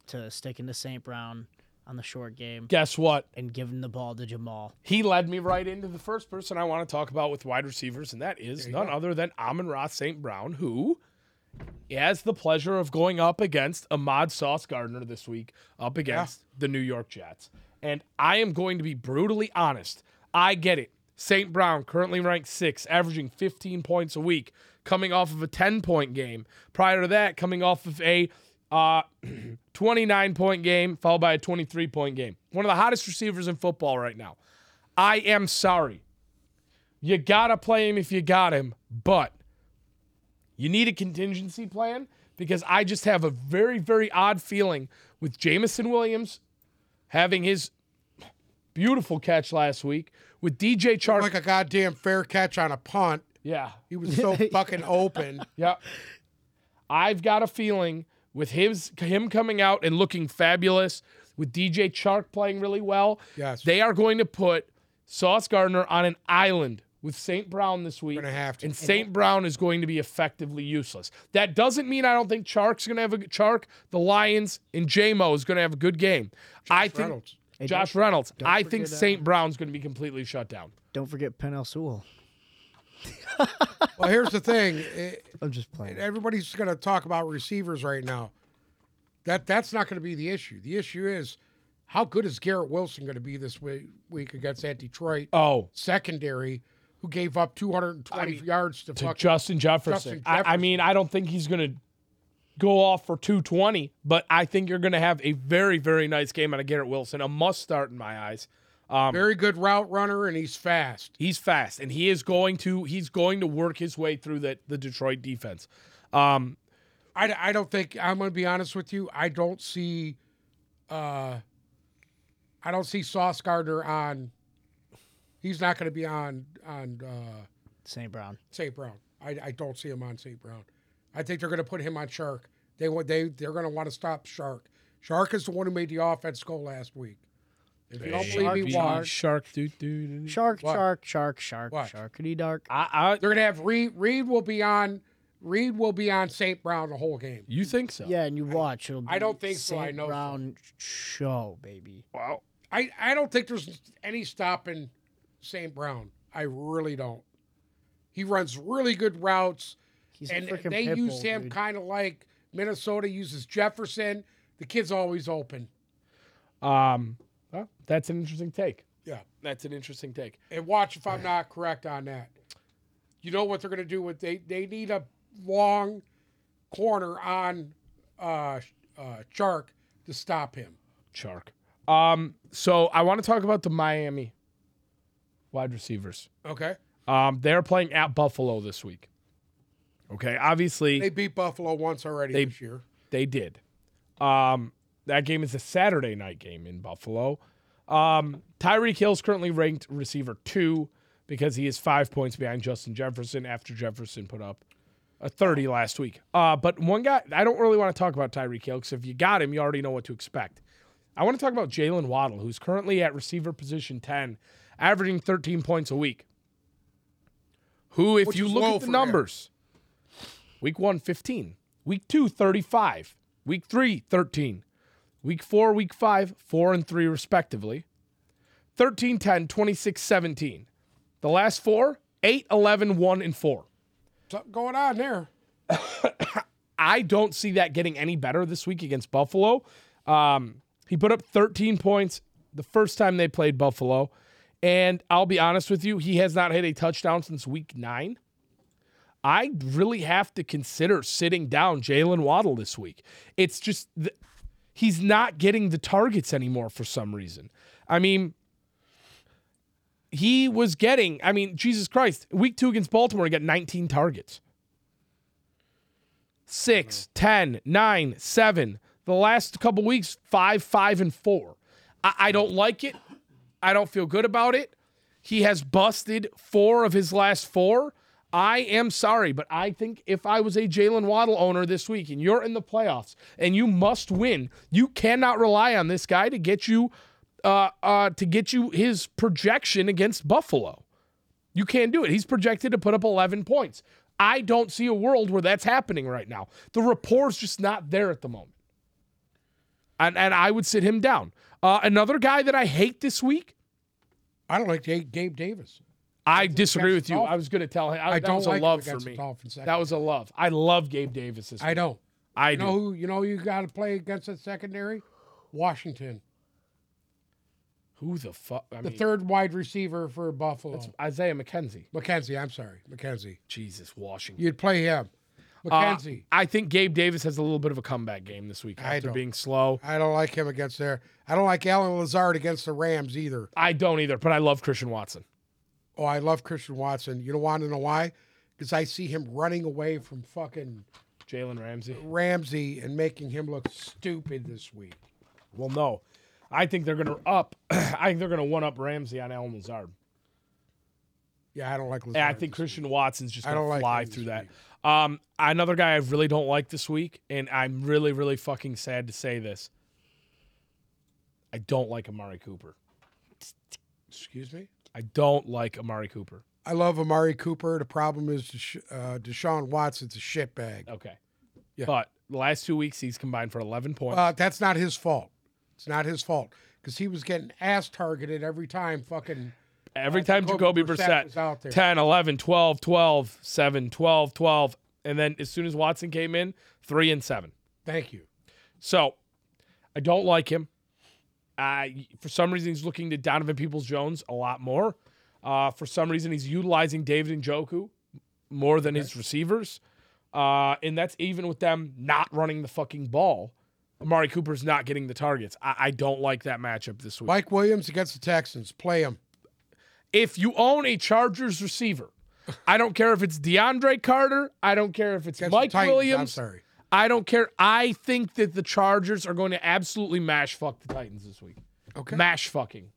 S4: to sticking to St. Brown on the short game
S1: Guess what?
S4: and giving the ball to Jamal.
S1: He led me right into the first person I want to talk about with wide receivers, and that is none other than Amon Ross St. Brown, who has the pleasure of going up against Ahmad Sauce Gardner this week, up against the New York Jets. And I am going to be brutally honest. I get it. St. Brown currently ranked sixth, averaging 15 points a week, coming off of a 10 point game. Prior to that, coming off of a uh, 29 point game, followed by a 23 point game. One of the hottest receivers in football right now. I am sorry. You gotta play him if you got him, but you need a contingency plan because I just have a very, very odd feeling with Jamison Williams having his beautiful catch last week with DJ Chark.
S3: Like a goddamn fair catch on a punt.
S1: yeah,
S3: He was so fucking open.
S1: yeah. I've got a feeling with his him coming out and looking fabulous, with DJ Chark playing really well.
S3: Yes.
S1: They are going to put Sauce Gardner on an island with St. Brown this week.
S3: gonna have to.
S1: And St. Brown is going to be effectively useless. That doesn't mean I don't think Chark's going to have a Chark, the Lions, and JMO is going to have a good game. I think
S3: Reynolds.
S1: Josh Reynolds. I think St. Brown's going to be completely shut down.
S4: Don't forget Penel Sewell.
S3: Well, here's the thing. It-
S4: I'm just playing.
S3: everybody's going to talk about receivers right now. That that's not going to be the issue. The issue is how good is Garrett Wilson going to be this week, week against that Detroit
S1: Oh,
S3: secondary who gave up 220 yards to,
S1: to
S3: fucking
S1: Justin Jefferson.
S3: Justin
S1: I, I
S3: Jefferson.
S1: mean, I don't think he's going to go off for 220, but I think you're going to have a very, very nice game out of Garrett Wilson, a must start in my eyes. Um,
S3: very good route runner and he's fast.
S1: He's fast, and he is going to he's going to work his way through that the Detroit defense. Um,
S3: I, I don't think I'm going to be honest with you. I don't see uh I don't see Sauce Gardner on he's not going to be on on uh
S4: St. Brown.
S3: St. Brown. I, I don't see him on St. Brown. I think they're going to put him on Shark. They want they they're going to want to stop Shark. Shark is the one who made the offense go last week. If you don't believe me,
S1: baby
S4: Shark.
S3: watch.
S1: shark, doo, doo, doo, doo.
S4: Shark,
S3: What?
S4: shark, shark, shark,
S3: What?
S4: sharkity dark.
S1: I, I
S3: They're going to have Reed. Reed will be on. Reed will be on St. Brown the whole game.
S1: you think so?
S4: Yeah, and you watch. It'll be
S3: I don't think so, I
S4: St.
S3: know so.
S4: Brown show, baby.
S1: Wow.
S3: I I don't think there's any stopping St. Brown. I really don't. He runs really good routes.
S4: He's
S3: and
S4: a freaking
S3: they
S4: pit
S3: use
S4: bull,
S3: him
S4: dude.
S3: kind of like Minnesota uses Jefferson. The kid's always open.
S1: Um, well, that's an interesting take.
S3: Yeah.
S1: That's an interesting take.
S3: and watch if I'm not correct on that. You know what they're going to do with they they need a long corner on uh uh Chark to stop him.
S1: Shark. Um, so I want to talk about the Miami wide receivers.
S3: Okay,
S1: Um, they're playing at Buffalo this week. Okay, obviously
S3: they
S1: they,
S3: beat Buffalo once already
S1: They-
S3: this year.
S1: did. Um, that game is a Saturday night game in Buffalo. Um, Tyreek Hill's currently ranked receiver two because he is five points behind Justin Jefferson after Jefferson put up a 30 last week. Uh, but one guy, I don't really want to talk about Tyreek Hill because if you got him, you already know what to expect. I want to talk about Jalen Waddle, who's currently at receiver position 10, averaging 13 points a week. Who, if
S3: Which
S1: you
S3: is
S1: look
S3: low
S1: at the
S3: for him.
S1: numbers, week one, 15, week two, 35, week three, 13, week four, week five, four and three, respectively, 13, 10, 26, 17. The last four, 8, 11, 1, and 4.
S3: Something going on there.
S1: I don't see that getting any better this week against Buffalo. Um, he put up 13 points the first time they played Buffalo. And I'll be honest with you, he has not hit a touchdown since week nine. I really have to consider sitting down Jalen Waddle this week. It's just, th- he's not getting the targets anymore for some reason. I mean, he was getting, I mean, Jesus Christ, week two against Baltimore, he got 19 targets six, 10, nine, seven. The last couple weeks, five, five, and four. I, I don't like it. I don't feel good about it. He has busted four of his last four. I am sorry, but I think if I was a Jalen Waddle owner this week and you're in the playoffs and you must win, you cannot rely on this guy to get you uh, uh, to get you his projection against Buffalo. You can't do it. He's projected to put up 11 points. I don't see a world where that's happening right now. The rapport's just not there at the moment. And, and I would sit him down. Uh, another guy that I hate this week,
S3: I don't like Ga- Gabe Davis.
S1: I disagree with you.
S3: Dolphins.
S1: I was going to tell him. I,
S3: I
S1: that
S3: don't
S1: was a
S3: like him
S1: love for
S3: against the
S1: me.
S3: Dolphins.
S1: That was a love. I love Gabe Davis this week.
S3: I don't.
S1: I,
S3: You
S1: do.
S3: know who? You know who you got to play against that secondary? Washington,
S1: Who the fuck? I
S3: the
S1: mean, oh,
S3: third wide receiver for Buffalo.
S1: Isaiah McKenzie.
S3: McKenzie, I'm sorry, McKenzie.
S1: Jesus, Washington.
S3: You'd play him,
S1: Uh,
S3: McKenzie.
S1: I think Gabe Davis has a little bit of a comeback game this week
S3: I
S1: after
S3: don't.
S1: being slow.
S3: I don't like him against there. I don't like Alan Lazard against the Rams either.
S1: I don't either, but I love Christian Watson.
S3: Oh, I love Christian Watson. You don't want to know why? Because I see him running away from fucking
S1: Jalen Ramsey.
S3: Ramsey and making him look stupid this week.
S1: Well, no. I think they're going to up. I think they're going to one up Ramsey on Alan Lazard.
S3: Yeah, I don't like Lazard.
S1: And I think Christian Watson's just
S3: I
S1: going
S3: don't
S1: to
S3: like
S1: fly
S3: him this
S1: through that. Um, another guy I really don't like this week, and I'm really, really fucking sad to say this. I don't like Amari Cooper.
S3: Excuse me.
S1: I don't like Amari Cooper.
S3: I love Amari Cooper. The problem is Desha- uh, Deshaun Watson's a shitbag.
S1: Okay.
S3: Yeah.
S1: But the last two weeks, he's combined for 11 points.
S3: Uh, that's not his fault. It's not his fault because he was getting ass targeted every time. Fucking
S1: Every
S3: uh,
S1: time Jacoby
S3: Jacoby Brissett
S1: Brissett,
S3: was out there.
S1: 10, 11, 12, 12, 7, 12, 12. And then as soon as Watson came in, 3 and 7.
S3: thank you.
S1: So I don't like him. I for some reason, he's looking to Donovan Peoples Jones a lot more. Uh, for some reason, he's utilizing David and Joku more than his receivers. Uh, and that's even with them not running the fucking ball. Amari Cooper's not getting the targets. I, I don't like that matchup this week.
S3: Mike Williams against the Texans. Play him.
S1: If you own a Chargers receiver, I don't care if it's DeAndre Carter. I don't care if it's
S3: Against the
S1: Mike
S3: Titans, I'm
S1: Williams.
S3: sorry.
S1: I don't care. I think that the Chargers are going to absolutely mash fuck the Titans this week.
S3: Okay.
S1: Mash fucking.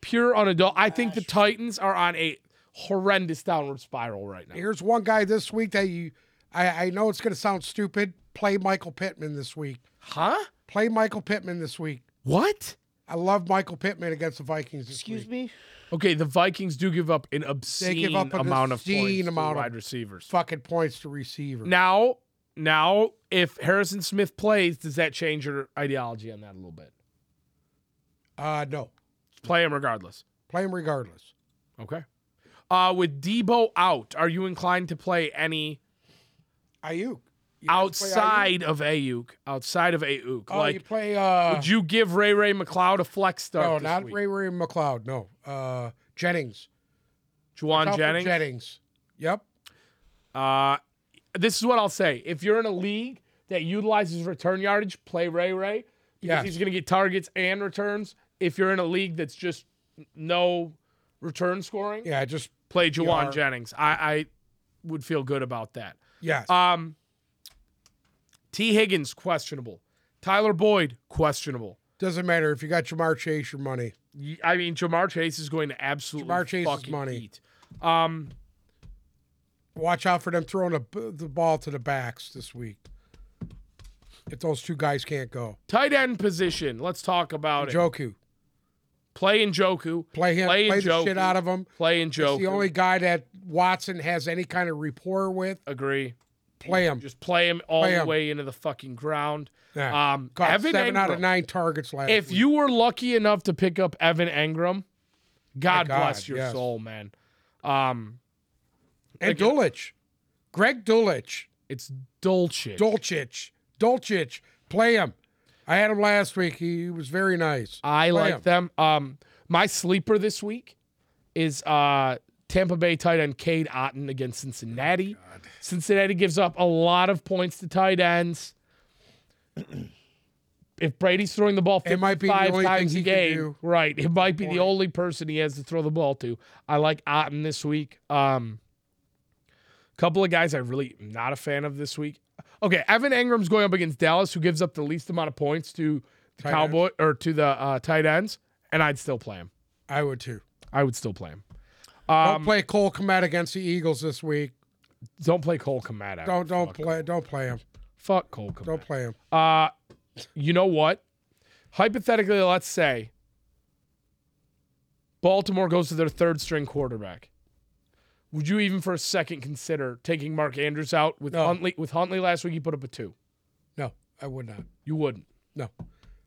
S1: Pure unadult. I think the Titans are on a horrendous downward spiral right now.
S3: Here's one guy this week that you. I, I know it's going to sound stupid. Play Michael Pittman this week.
S1: Huh?
S3: Play Michael Pittman this week.
S1: What?
S3: I love Michael Pittman against the Vikings. This
S4: Excuse
S3: week.
S4: me.
S1: Okay, the Vikings do give up an obscene
S3: up an
S1: amount
S3: obscene
S1: of points
S3: amount
S1: to
S3: of-
S1: wide receivers.
S3: Fucking points to receiver.
S1: Now, now, if Harrison Smith plays, does that change your ideology on that a little bit?
S3: Uh, no.
S1: Play him regardless.
S3: Play him regardless.
S1: Okay. Uh, with Debo out, are you inclined to play any
S3: Ayuk. You guys play Ayuk?
S1: outside of Ayuk? Outside of Ayuk,
S3: Oh, you
S1: like
S3: play. Uh,
S1: would you give Ray Ray McLeod a flex start?
S3: no,
S1: this
S3: not
S1: week?
S3: Ray Ray McLeod. No. Uh, Jennings.
S1: Juwan
S3: Alfred
S1: Jennings.
S3: Jennings. Yep.
S1: Uh, this is what I'll say: if you're in a league that utilizes return yardage, play Ray Ray because
S3: Yes.
S1: he's going to get targets and returns. If you're in a league that's just n- no return scoring,
S3: Yeah. Just
S1: play Juwan
S3: are-
S1: Jennings. I, I would feel good about that.
S3: yes.
S1: Um, T. Higgins questionable. Tyler Boyd questionable.
S3: Doesn't matter if you got Jamar Chase your money.
S1: Y- I mean, Jamar Chase is going to absolutely
S3: Jamar Chase's
S1: fucking
S3: money.
S1: eat. Um,
S3: watch out for them throwing the b- the ball to the backs this week. If those two guys can't go,
S1: Tight end position. Let's talk about it.
S3: Joku,
S1: Play Njoku.
S3: play him, play,
S1: Play
S3: the shit
S1: Njoku.
S3: out of him.
S1: Play Njoku.
S3: He's the only guy that Watson has any kind of rapport with.
S1: Agree.
S3: Play him.
S1: Just play him all
S3: Play
S1: the
S3: him.
S1: way into the fucking ground.
S3: Yeah.
S1: Um,
S3: Caught
S1: Evan
S3: seven out of
S1: Engram.
S3: nine targets last.
S1: if
S3: week.
S1: you were lucky enough to pick up Evan Engram, God,
S3: God,
S1: bless your
S3: yes.
S1: soul, man. Um,
S3: and Dulich, Greg Dulich,
S1: it's Dolce.
S3: Dolchich, Dolchich, play him. I had him last week. He was very nice.
S1: I
S3: Play
S1: like
S3: him.
S1: them. Um, my sleeper this week is uh, Tampa Bay tight end Cade Otten against Cincinnati. Cincinnati gives up a lot of points to tight ends. if Brady's throwing the ball
S3: It
S1: 55
S3: might be the only
S1: times a
S3: thing he can
S1: game,
S3: do.
S1: right? It might be the only person he has to throw the ball to. I like Otten this week. Um, couple of guys I really am not a fan of this week. Okay, Evan Engram's going up against Dallas, who gives up the least amount of points to the
S3: Tight
S1: Cowboy or to the uh, tight ends, and I'd still play him.
S3: I would too.
S1: I would still play him.
S3: Don't
S1: Um,
S3: play Cole Komet against the Eagles this week.
S1: don't play Cole Komet. I
S3: Don't
S1: would
S3: don't
S1: fuck-
S3: play don't play him.
S1: Fuck Cole Komet.
S3: Don't play him.
S1: Uh, you know what? Hypothetically, let's say Baltimore goes to their third string quarterback. Would you even for a second consider taking Mark Andrews out with
S3: No.
S1: Huntley? With Huntley last week, he put up a two.
S3: No, I would not.
S1: You wouldn't.
S3: No.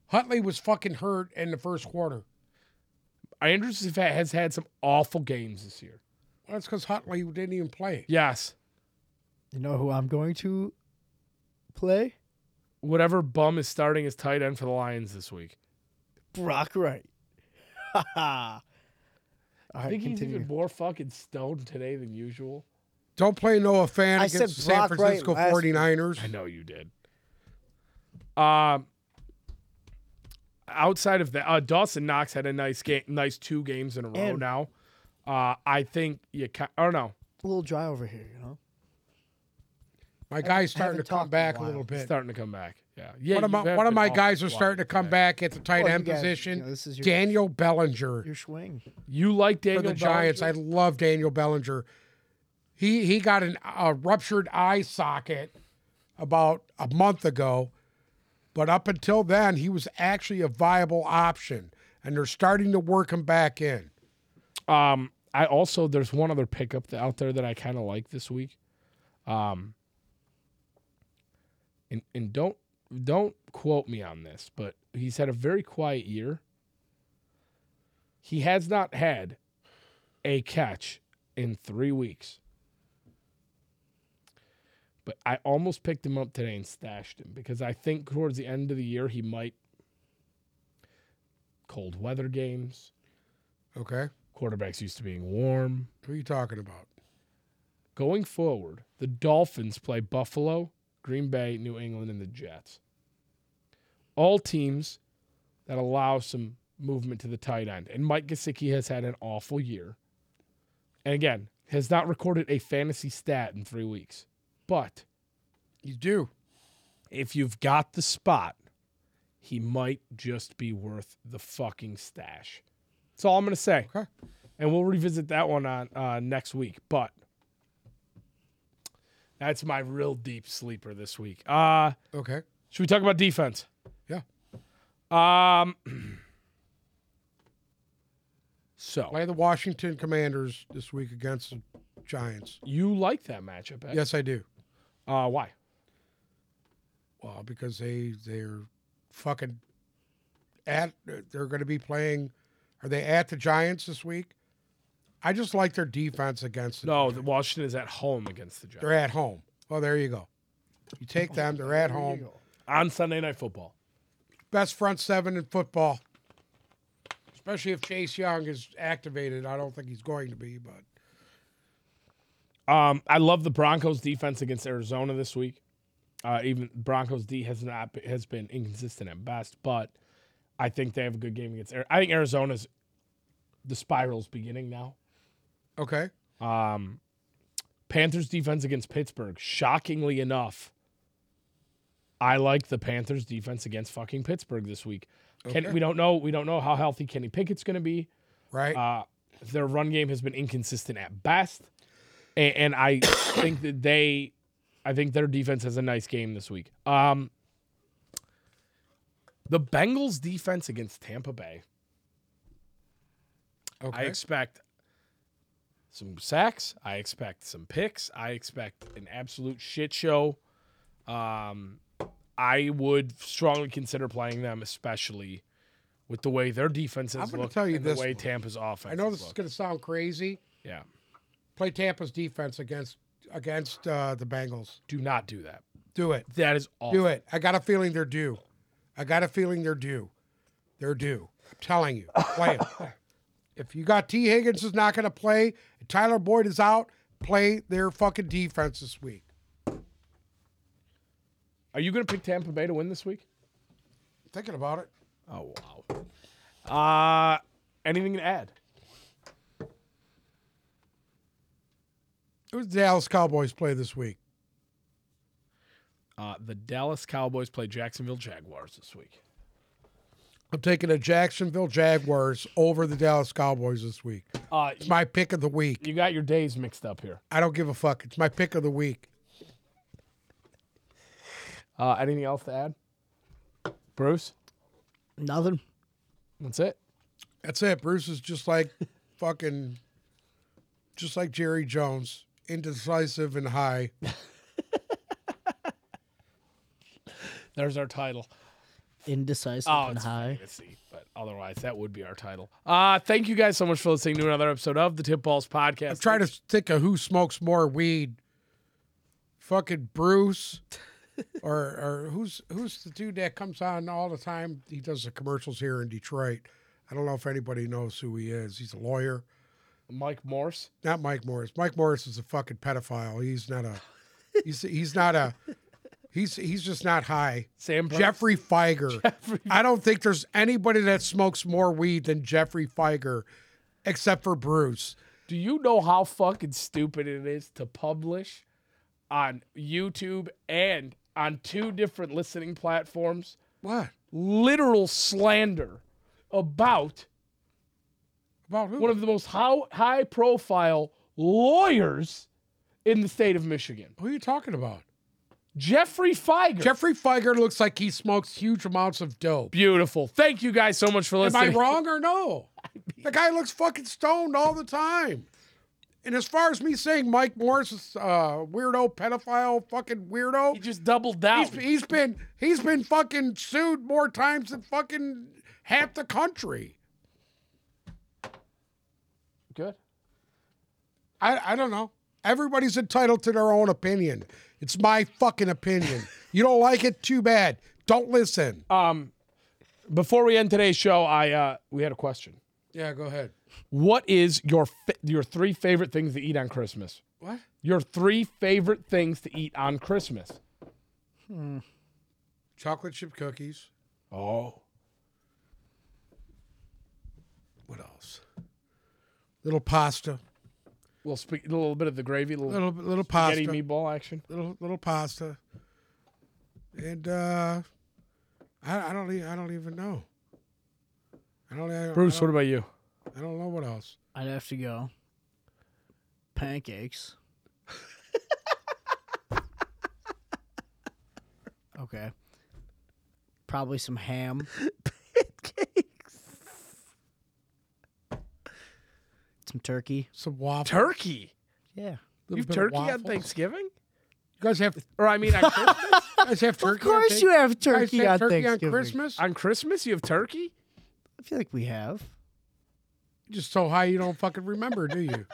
S3: Huntley was fucking hurt in the first quarter.
S1: Andrews has had, has had some awful games this year.
S3: Well, that's because Huntley didn't even play.
S1: Yes,
S5: You know who I'm going to play?
S1: whatever bum is starting as tight end for the Lions this week.
S5: Brock Wright. Ha ha. All
S1: I
S5: right,
S1: think he's
S5: continue.
S1: even more fucking stoned today than usual.
S3: Don't play Noah Fan
S5: I
S3: against
S5: said
S3: the San
S5: Brock Wright
S3: Francisco
S5: last week.
S3: 49ers.
S1: I know you did. Um, outside of that, uh, Dawson Knox had a nice game, nice two games in a row
S5: And-
S1: now. Uh, I think you can. Or no,
S5: a little dry over here, you know.
S3: My guy's starting to
S5: haven't
S3: come
S5: talked in a
S3: back a
S5: while.
S3: little bit.
S1: starting to come back. Yeah, yeah.
S3: One
S1: you
S3: of my,
S1: have
S3: one of
S1: been
S3: my
S1: awful
S3: guys are
S1: quiet
S3: starting to come
S1: today.
S3: back at the tight
S5: Well, you
S3: end
S5: guys,
S3: position.
S5: you know, this is your-
S3: Daniel Bellinger
S5: Your swing.
S1: You like
S3: for
S1: Daniel
S3: the Giants.
S1: Bellinger?
S3: I love Daniel Bellinger. He he got an, a ruptured eye socket about a month ago, but up until then he was actually a viable option, and they're starting to work him back in.
S1: Um, I also there's one other pickup that, out there that I kind of like this week. Um, and and don't don't quote me on this, but he's had a very quiet year. He has not had a catch in three weeks. But I almost picked him up today and stashed him because I think towards the end of the year he might cold weather games
S3: Okay,
S1: quarterbacks used to being warm.
S3: who are you talking about?
S1: Going forward, the Dolphins play Buffalo, Green Bay, New England, and the Jets. All teams that allow some movement to the tight end. And Mike Gesicki has had an awful year. And again, has not recorded a fantasy stat in three weeks. But
S3: You do.
S1: if you've got the spot, he might just be worth the fucking stash. That's all I'm going to say.
S3: Okay.
S1: And we'll revisit that one on uh, next week. But that's my real deep sleeper this week. Uh,
S3: Okay.
S1: should we talk about defense?
S3: Yeah.
S1: Um. So
S3: Play the Washington Commanders this week against the Giants.
S1: you like that matchup? eh?
S3: Yes, I do.
S1: Uh, why?
S3: Well, because they they're fucking at they're going to be playing. Are they at the Giants this week? I just like their defense against. The
S1: No,
S3: Giants.
S1: the Washington is at home against the Giants
S3: they're at home. Well, there you go. You take them. They're at home.
S1: on Sunday Night Football.
S3: Best front seven in football. Especially if Chase Young is activated. I don't think he's going to be, but
S1: Um, I love the Broncos defense against Arizona this week. Uh, even Broncos D has not has been inconsistent at best, but I think they have a good game against. Ari- I think Arizona's the spiral's beginning now.
S3: okay.
S1: Um, Panthers defense against Pittsburgh. Shockingly enough, I like the Panthers defense against fucking Pittsburgh this week. Ken-
S3: Okay.
S1: we don't know. We don't know how healthy Kenny Pickett's going to be.
S3: Right.
S1: Uh, their run game has been inconsistent at best. and, and I think that they, I think their defense has a nice game this week. Um, the Bengals defense against Tampa Bay, I
S3: Okay.
S1: expect some sacks. I expect some picks. I expect an absolute shit show. Um, I would strongly consider playing them, especially with the way their defenses
S3: I'm gonna
S1: look
S3: tell you
S1: and
S3: this
S1: the way
S3: one.
S1: Tampa's offense.
S3: I know this is going to sound crazy.
S1: yeah.
S3: Play Tampa's defense against against uh, the Bengals.
S1: Do not do that.
S3: Do it.
S1: That is awful.
S3: Do it. I got a feeling they're due. I got a feeling they're due. They're due. I'm telling you. Play 'em. if you got T. Higgins is not going to play, and Tyler Boyd is out, play their fucking defense this week.
S1: Are you going to pick Tampa Bay to win this week?
S3: Thinking about it.
S1: Oh wow. Uh anything to add?
S3: Who's the Dallas Cowboys play this week?
S1: Uh, the Dallas Cowboys play Jacksonville Jaguars this week.
S3: I'm taking the Jacksonville Jaguars over the Dallas Cowboys this week.
S1: Uh,
S3: It's my pick of the week.
S1: you got your days mixed up here.
S3: I don't give a fuck. It's my pick of the week.
S1: Uh, anything else to add? Bruce,
S4: Nothing.
S1: that's it.
S3: That's it. Bruce is just like fucking, just like Jerry Jones, indecisive and high.
S1: There's our title.
S4: Indecisive
S1: Oh,
S4: and
S1: it's
S4: high.
S1: fantasy, but otherwise that would be our title. Uh, thank you guys so much for listening to another episode of the Tip Balls Podcast.
S3: I'm trying to think of who smokes more weed. Fucking Bruce, or or who's who's the dude that comes on all the time? He does the commercials here in Detroit. I don't know if anybody knows who he is. He's a lawyer.
S1: Mike Morse.
S3: Not Mike Morris. Mike Morris is a fucking pedophile. He's not a. He's he's not a. He's he's just not high.
S1: Sam Bur-
S3: Jeffrey Feiger. I don't think there's anybody that smokes more weed than Jeffrey Feiger, except for Bruce.
S1: Do you know how fucking stupid it is to publish on YouTube and on two different listening platforms
S3: What
S1: literal slander about
S3: about who?
S1: one of the most how, high profile lawyers in the state of Michigan,
S3: who are you talking about?
S1: Jeffrey Feiger.
S3: Jeffrey Feiger looks like he smokes huge amounts of dope.
S1: Beautiful. Thank you guys so much for
S3: Am
S1: listening.
S3: I wrong or no? The guy looks fucking stoned all the time. And as far as me saying Mike Morris is a weirdo, pedophile, fucking weirdo,
S1: He just doubled down.
S3: He's, he's been he's been fucking sued more times than fucking half the country.
S1: Good.
S3: I, I don't know. Everybody's entitled to their own opinion. It's my fucking opinion. you don't like it, too bad. Don't listen.
S4: Uh,
S1: Um, before we end today's show, I uh, we had a question.
S3: yeah, go ahead.
S1: What is your fa- your three favorite things to eat on Christmas?
S3: What?
S1: Your three favorite things to eat on Christmas.
S3: Chocolate chip cookies.
S1: Oh,
S3: What else? Little pasta.
S1: little spe- a little bit of the gravy, a little
S3: Little little
S1: spaghetti
S3: pasta.
S1: meatball action.
S3: Little little pasta. And uh I, I don't e- I don't even know. I don't, e, I don't-
S1: Bruce,
S3: I
S1: what
S3: don't,
S1: about you?
S3: I don't know what else.
S4: I'd have to go. Pancakes. okay. Probably some ham. Pancakes. Some turkey.
S3: Some waffle.
S1: Turkey.
S4: Yeah.
S1: You have turkey on Thanksgiving?
S3: You guys have, you
S1: Or I mean, on Christmas?
S3: guys have turkey.
S4: Of course you have turkey on
S3: turkey
S4: Thanksgiving.
S3: on Christmas.
S1: on Christmas you have turkey?
S4: I feel like we have.
S3: Just so high you don't fucking remember, do you?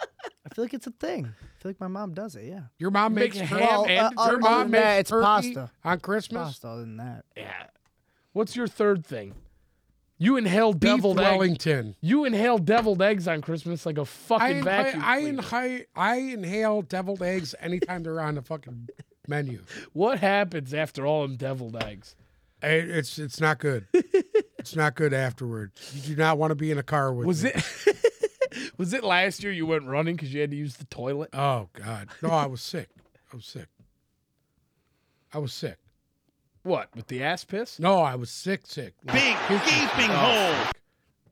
S4: I feel like it's a thing. I feel like my mom does it. Yeah.
S3: Your mom
S1: Make
S3: makes
S1: ham
S3: turkey.
S1: and
S4: uh,
S1: dessert?
S4: other
S3: your mom
S4: than
S3: makes
S4: that, it's
S3: turkey
S4: pasta.
S3: on Christmas.
S4: Pasta other than that.
S1: Yeah. What's your third thing? You inhale deviled
S3: Beef
S1: eggs.
S3: Wellington.
S1: You inhale deviled eggs on Christmas like a
S3: I
S1: fucking
S3: inhale,
S1: vacuum.
S3: I,
S1: cleaner.
S3: inhale, I inhale deviled eggs anytime they're on the fucking menu.
S1: what happens after all them deviled eggs?
S3: I- It's it's not good. It's not good afterward. You do not want to be in a car with
S1: Was
S3: me.
S1: it was it last year you went running because you had to use the toilet?
S3: Oh God! No, I was sick. I was sick. I was sick.
S1: What with the ass piss?
S3: No, I was sick, sick. Like,
S6: Big gaping hole.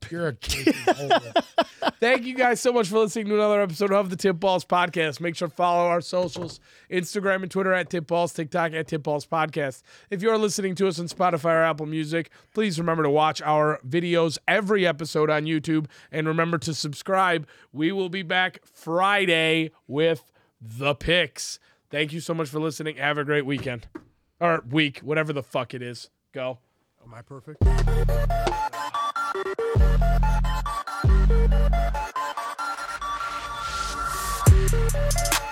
S3: You're a kinky hole.
S1: Thank you guys so much for listening to another episode of the Tip Balls Podcast. Make sure to follow our socials Instagram and Twitter at Tip Balls, TikTok at Tip Balls Podcast. If you're listening to us on Spotify or Apple Music, please remember to watch our videos every episode on YouTube and remember to subscribe. We will be back Friday with the picks. Thank you so much for listening. Have a great weekend or week, whatever the fuck it is. Go.
S6: Am I perfect?
S7: Thank you.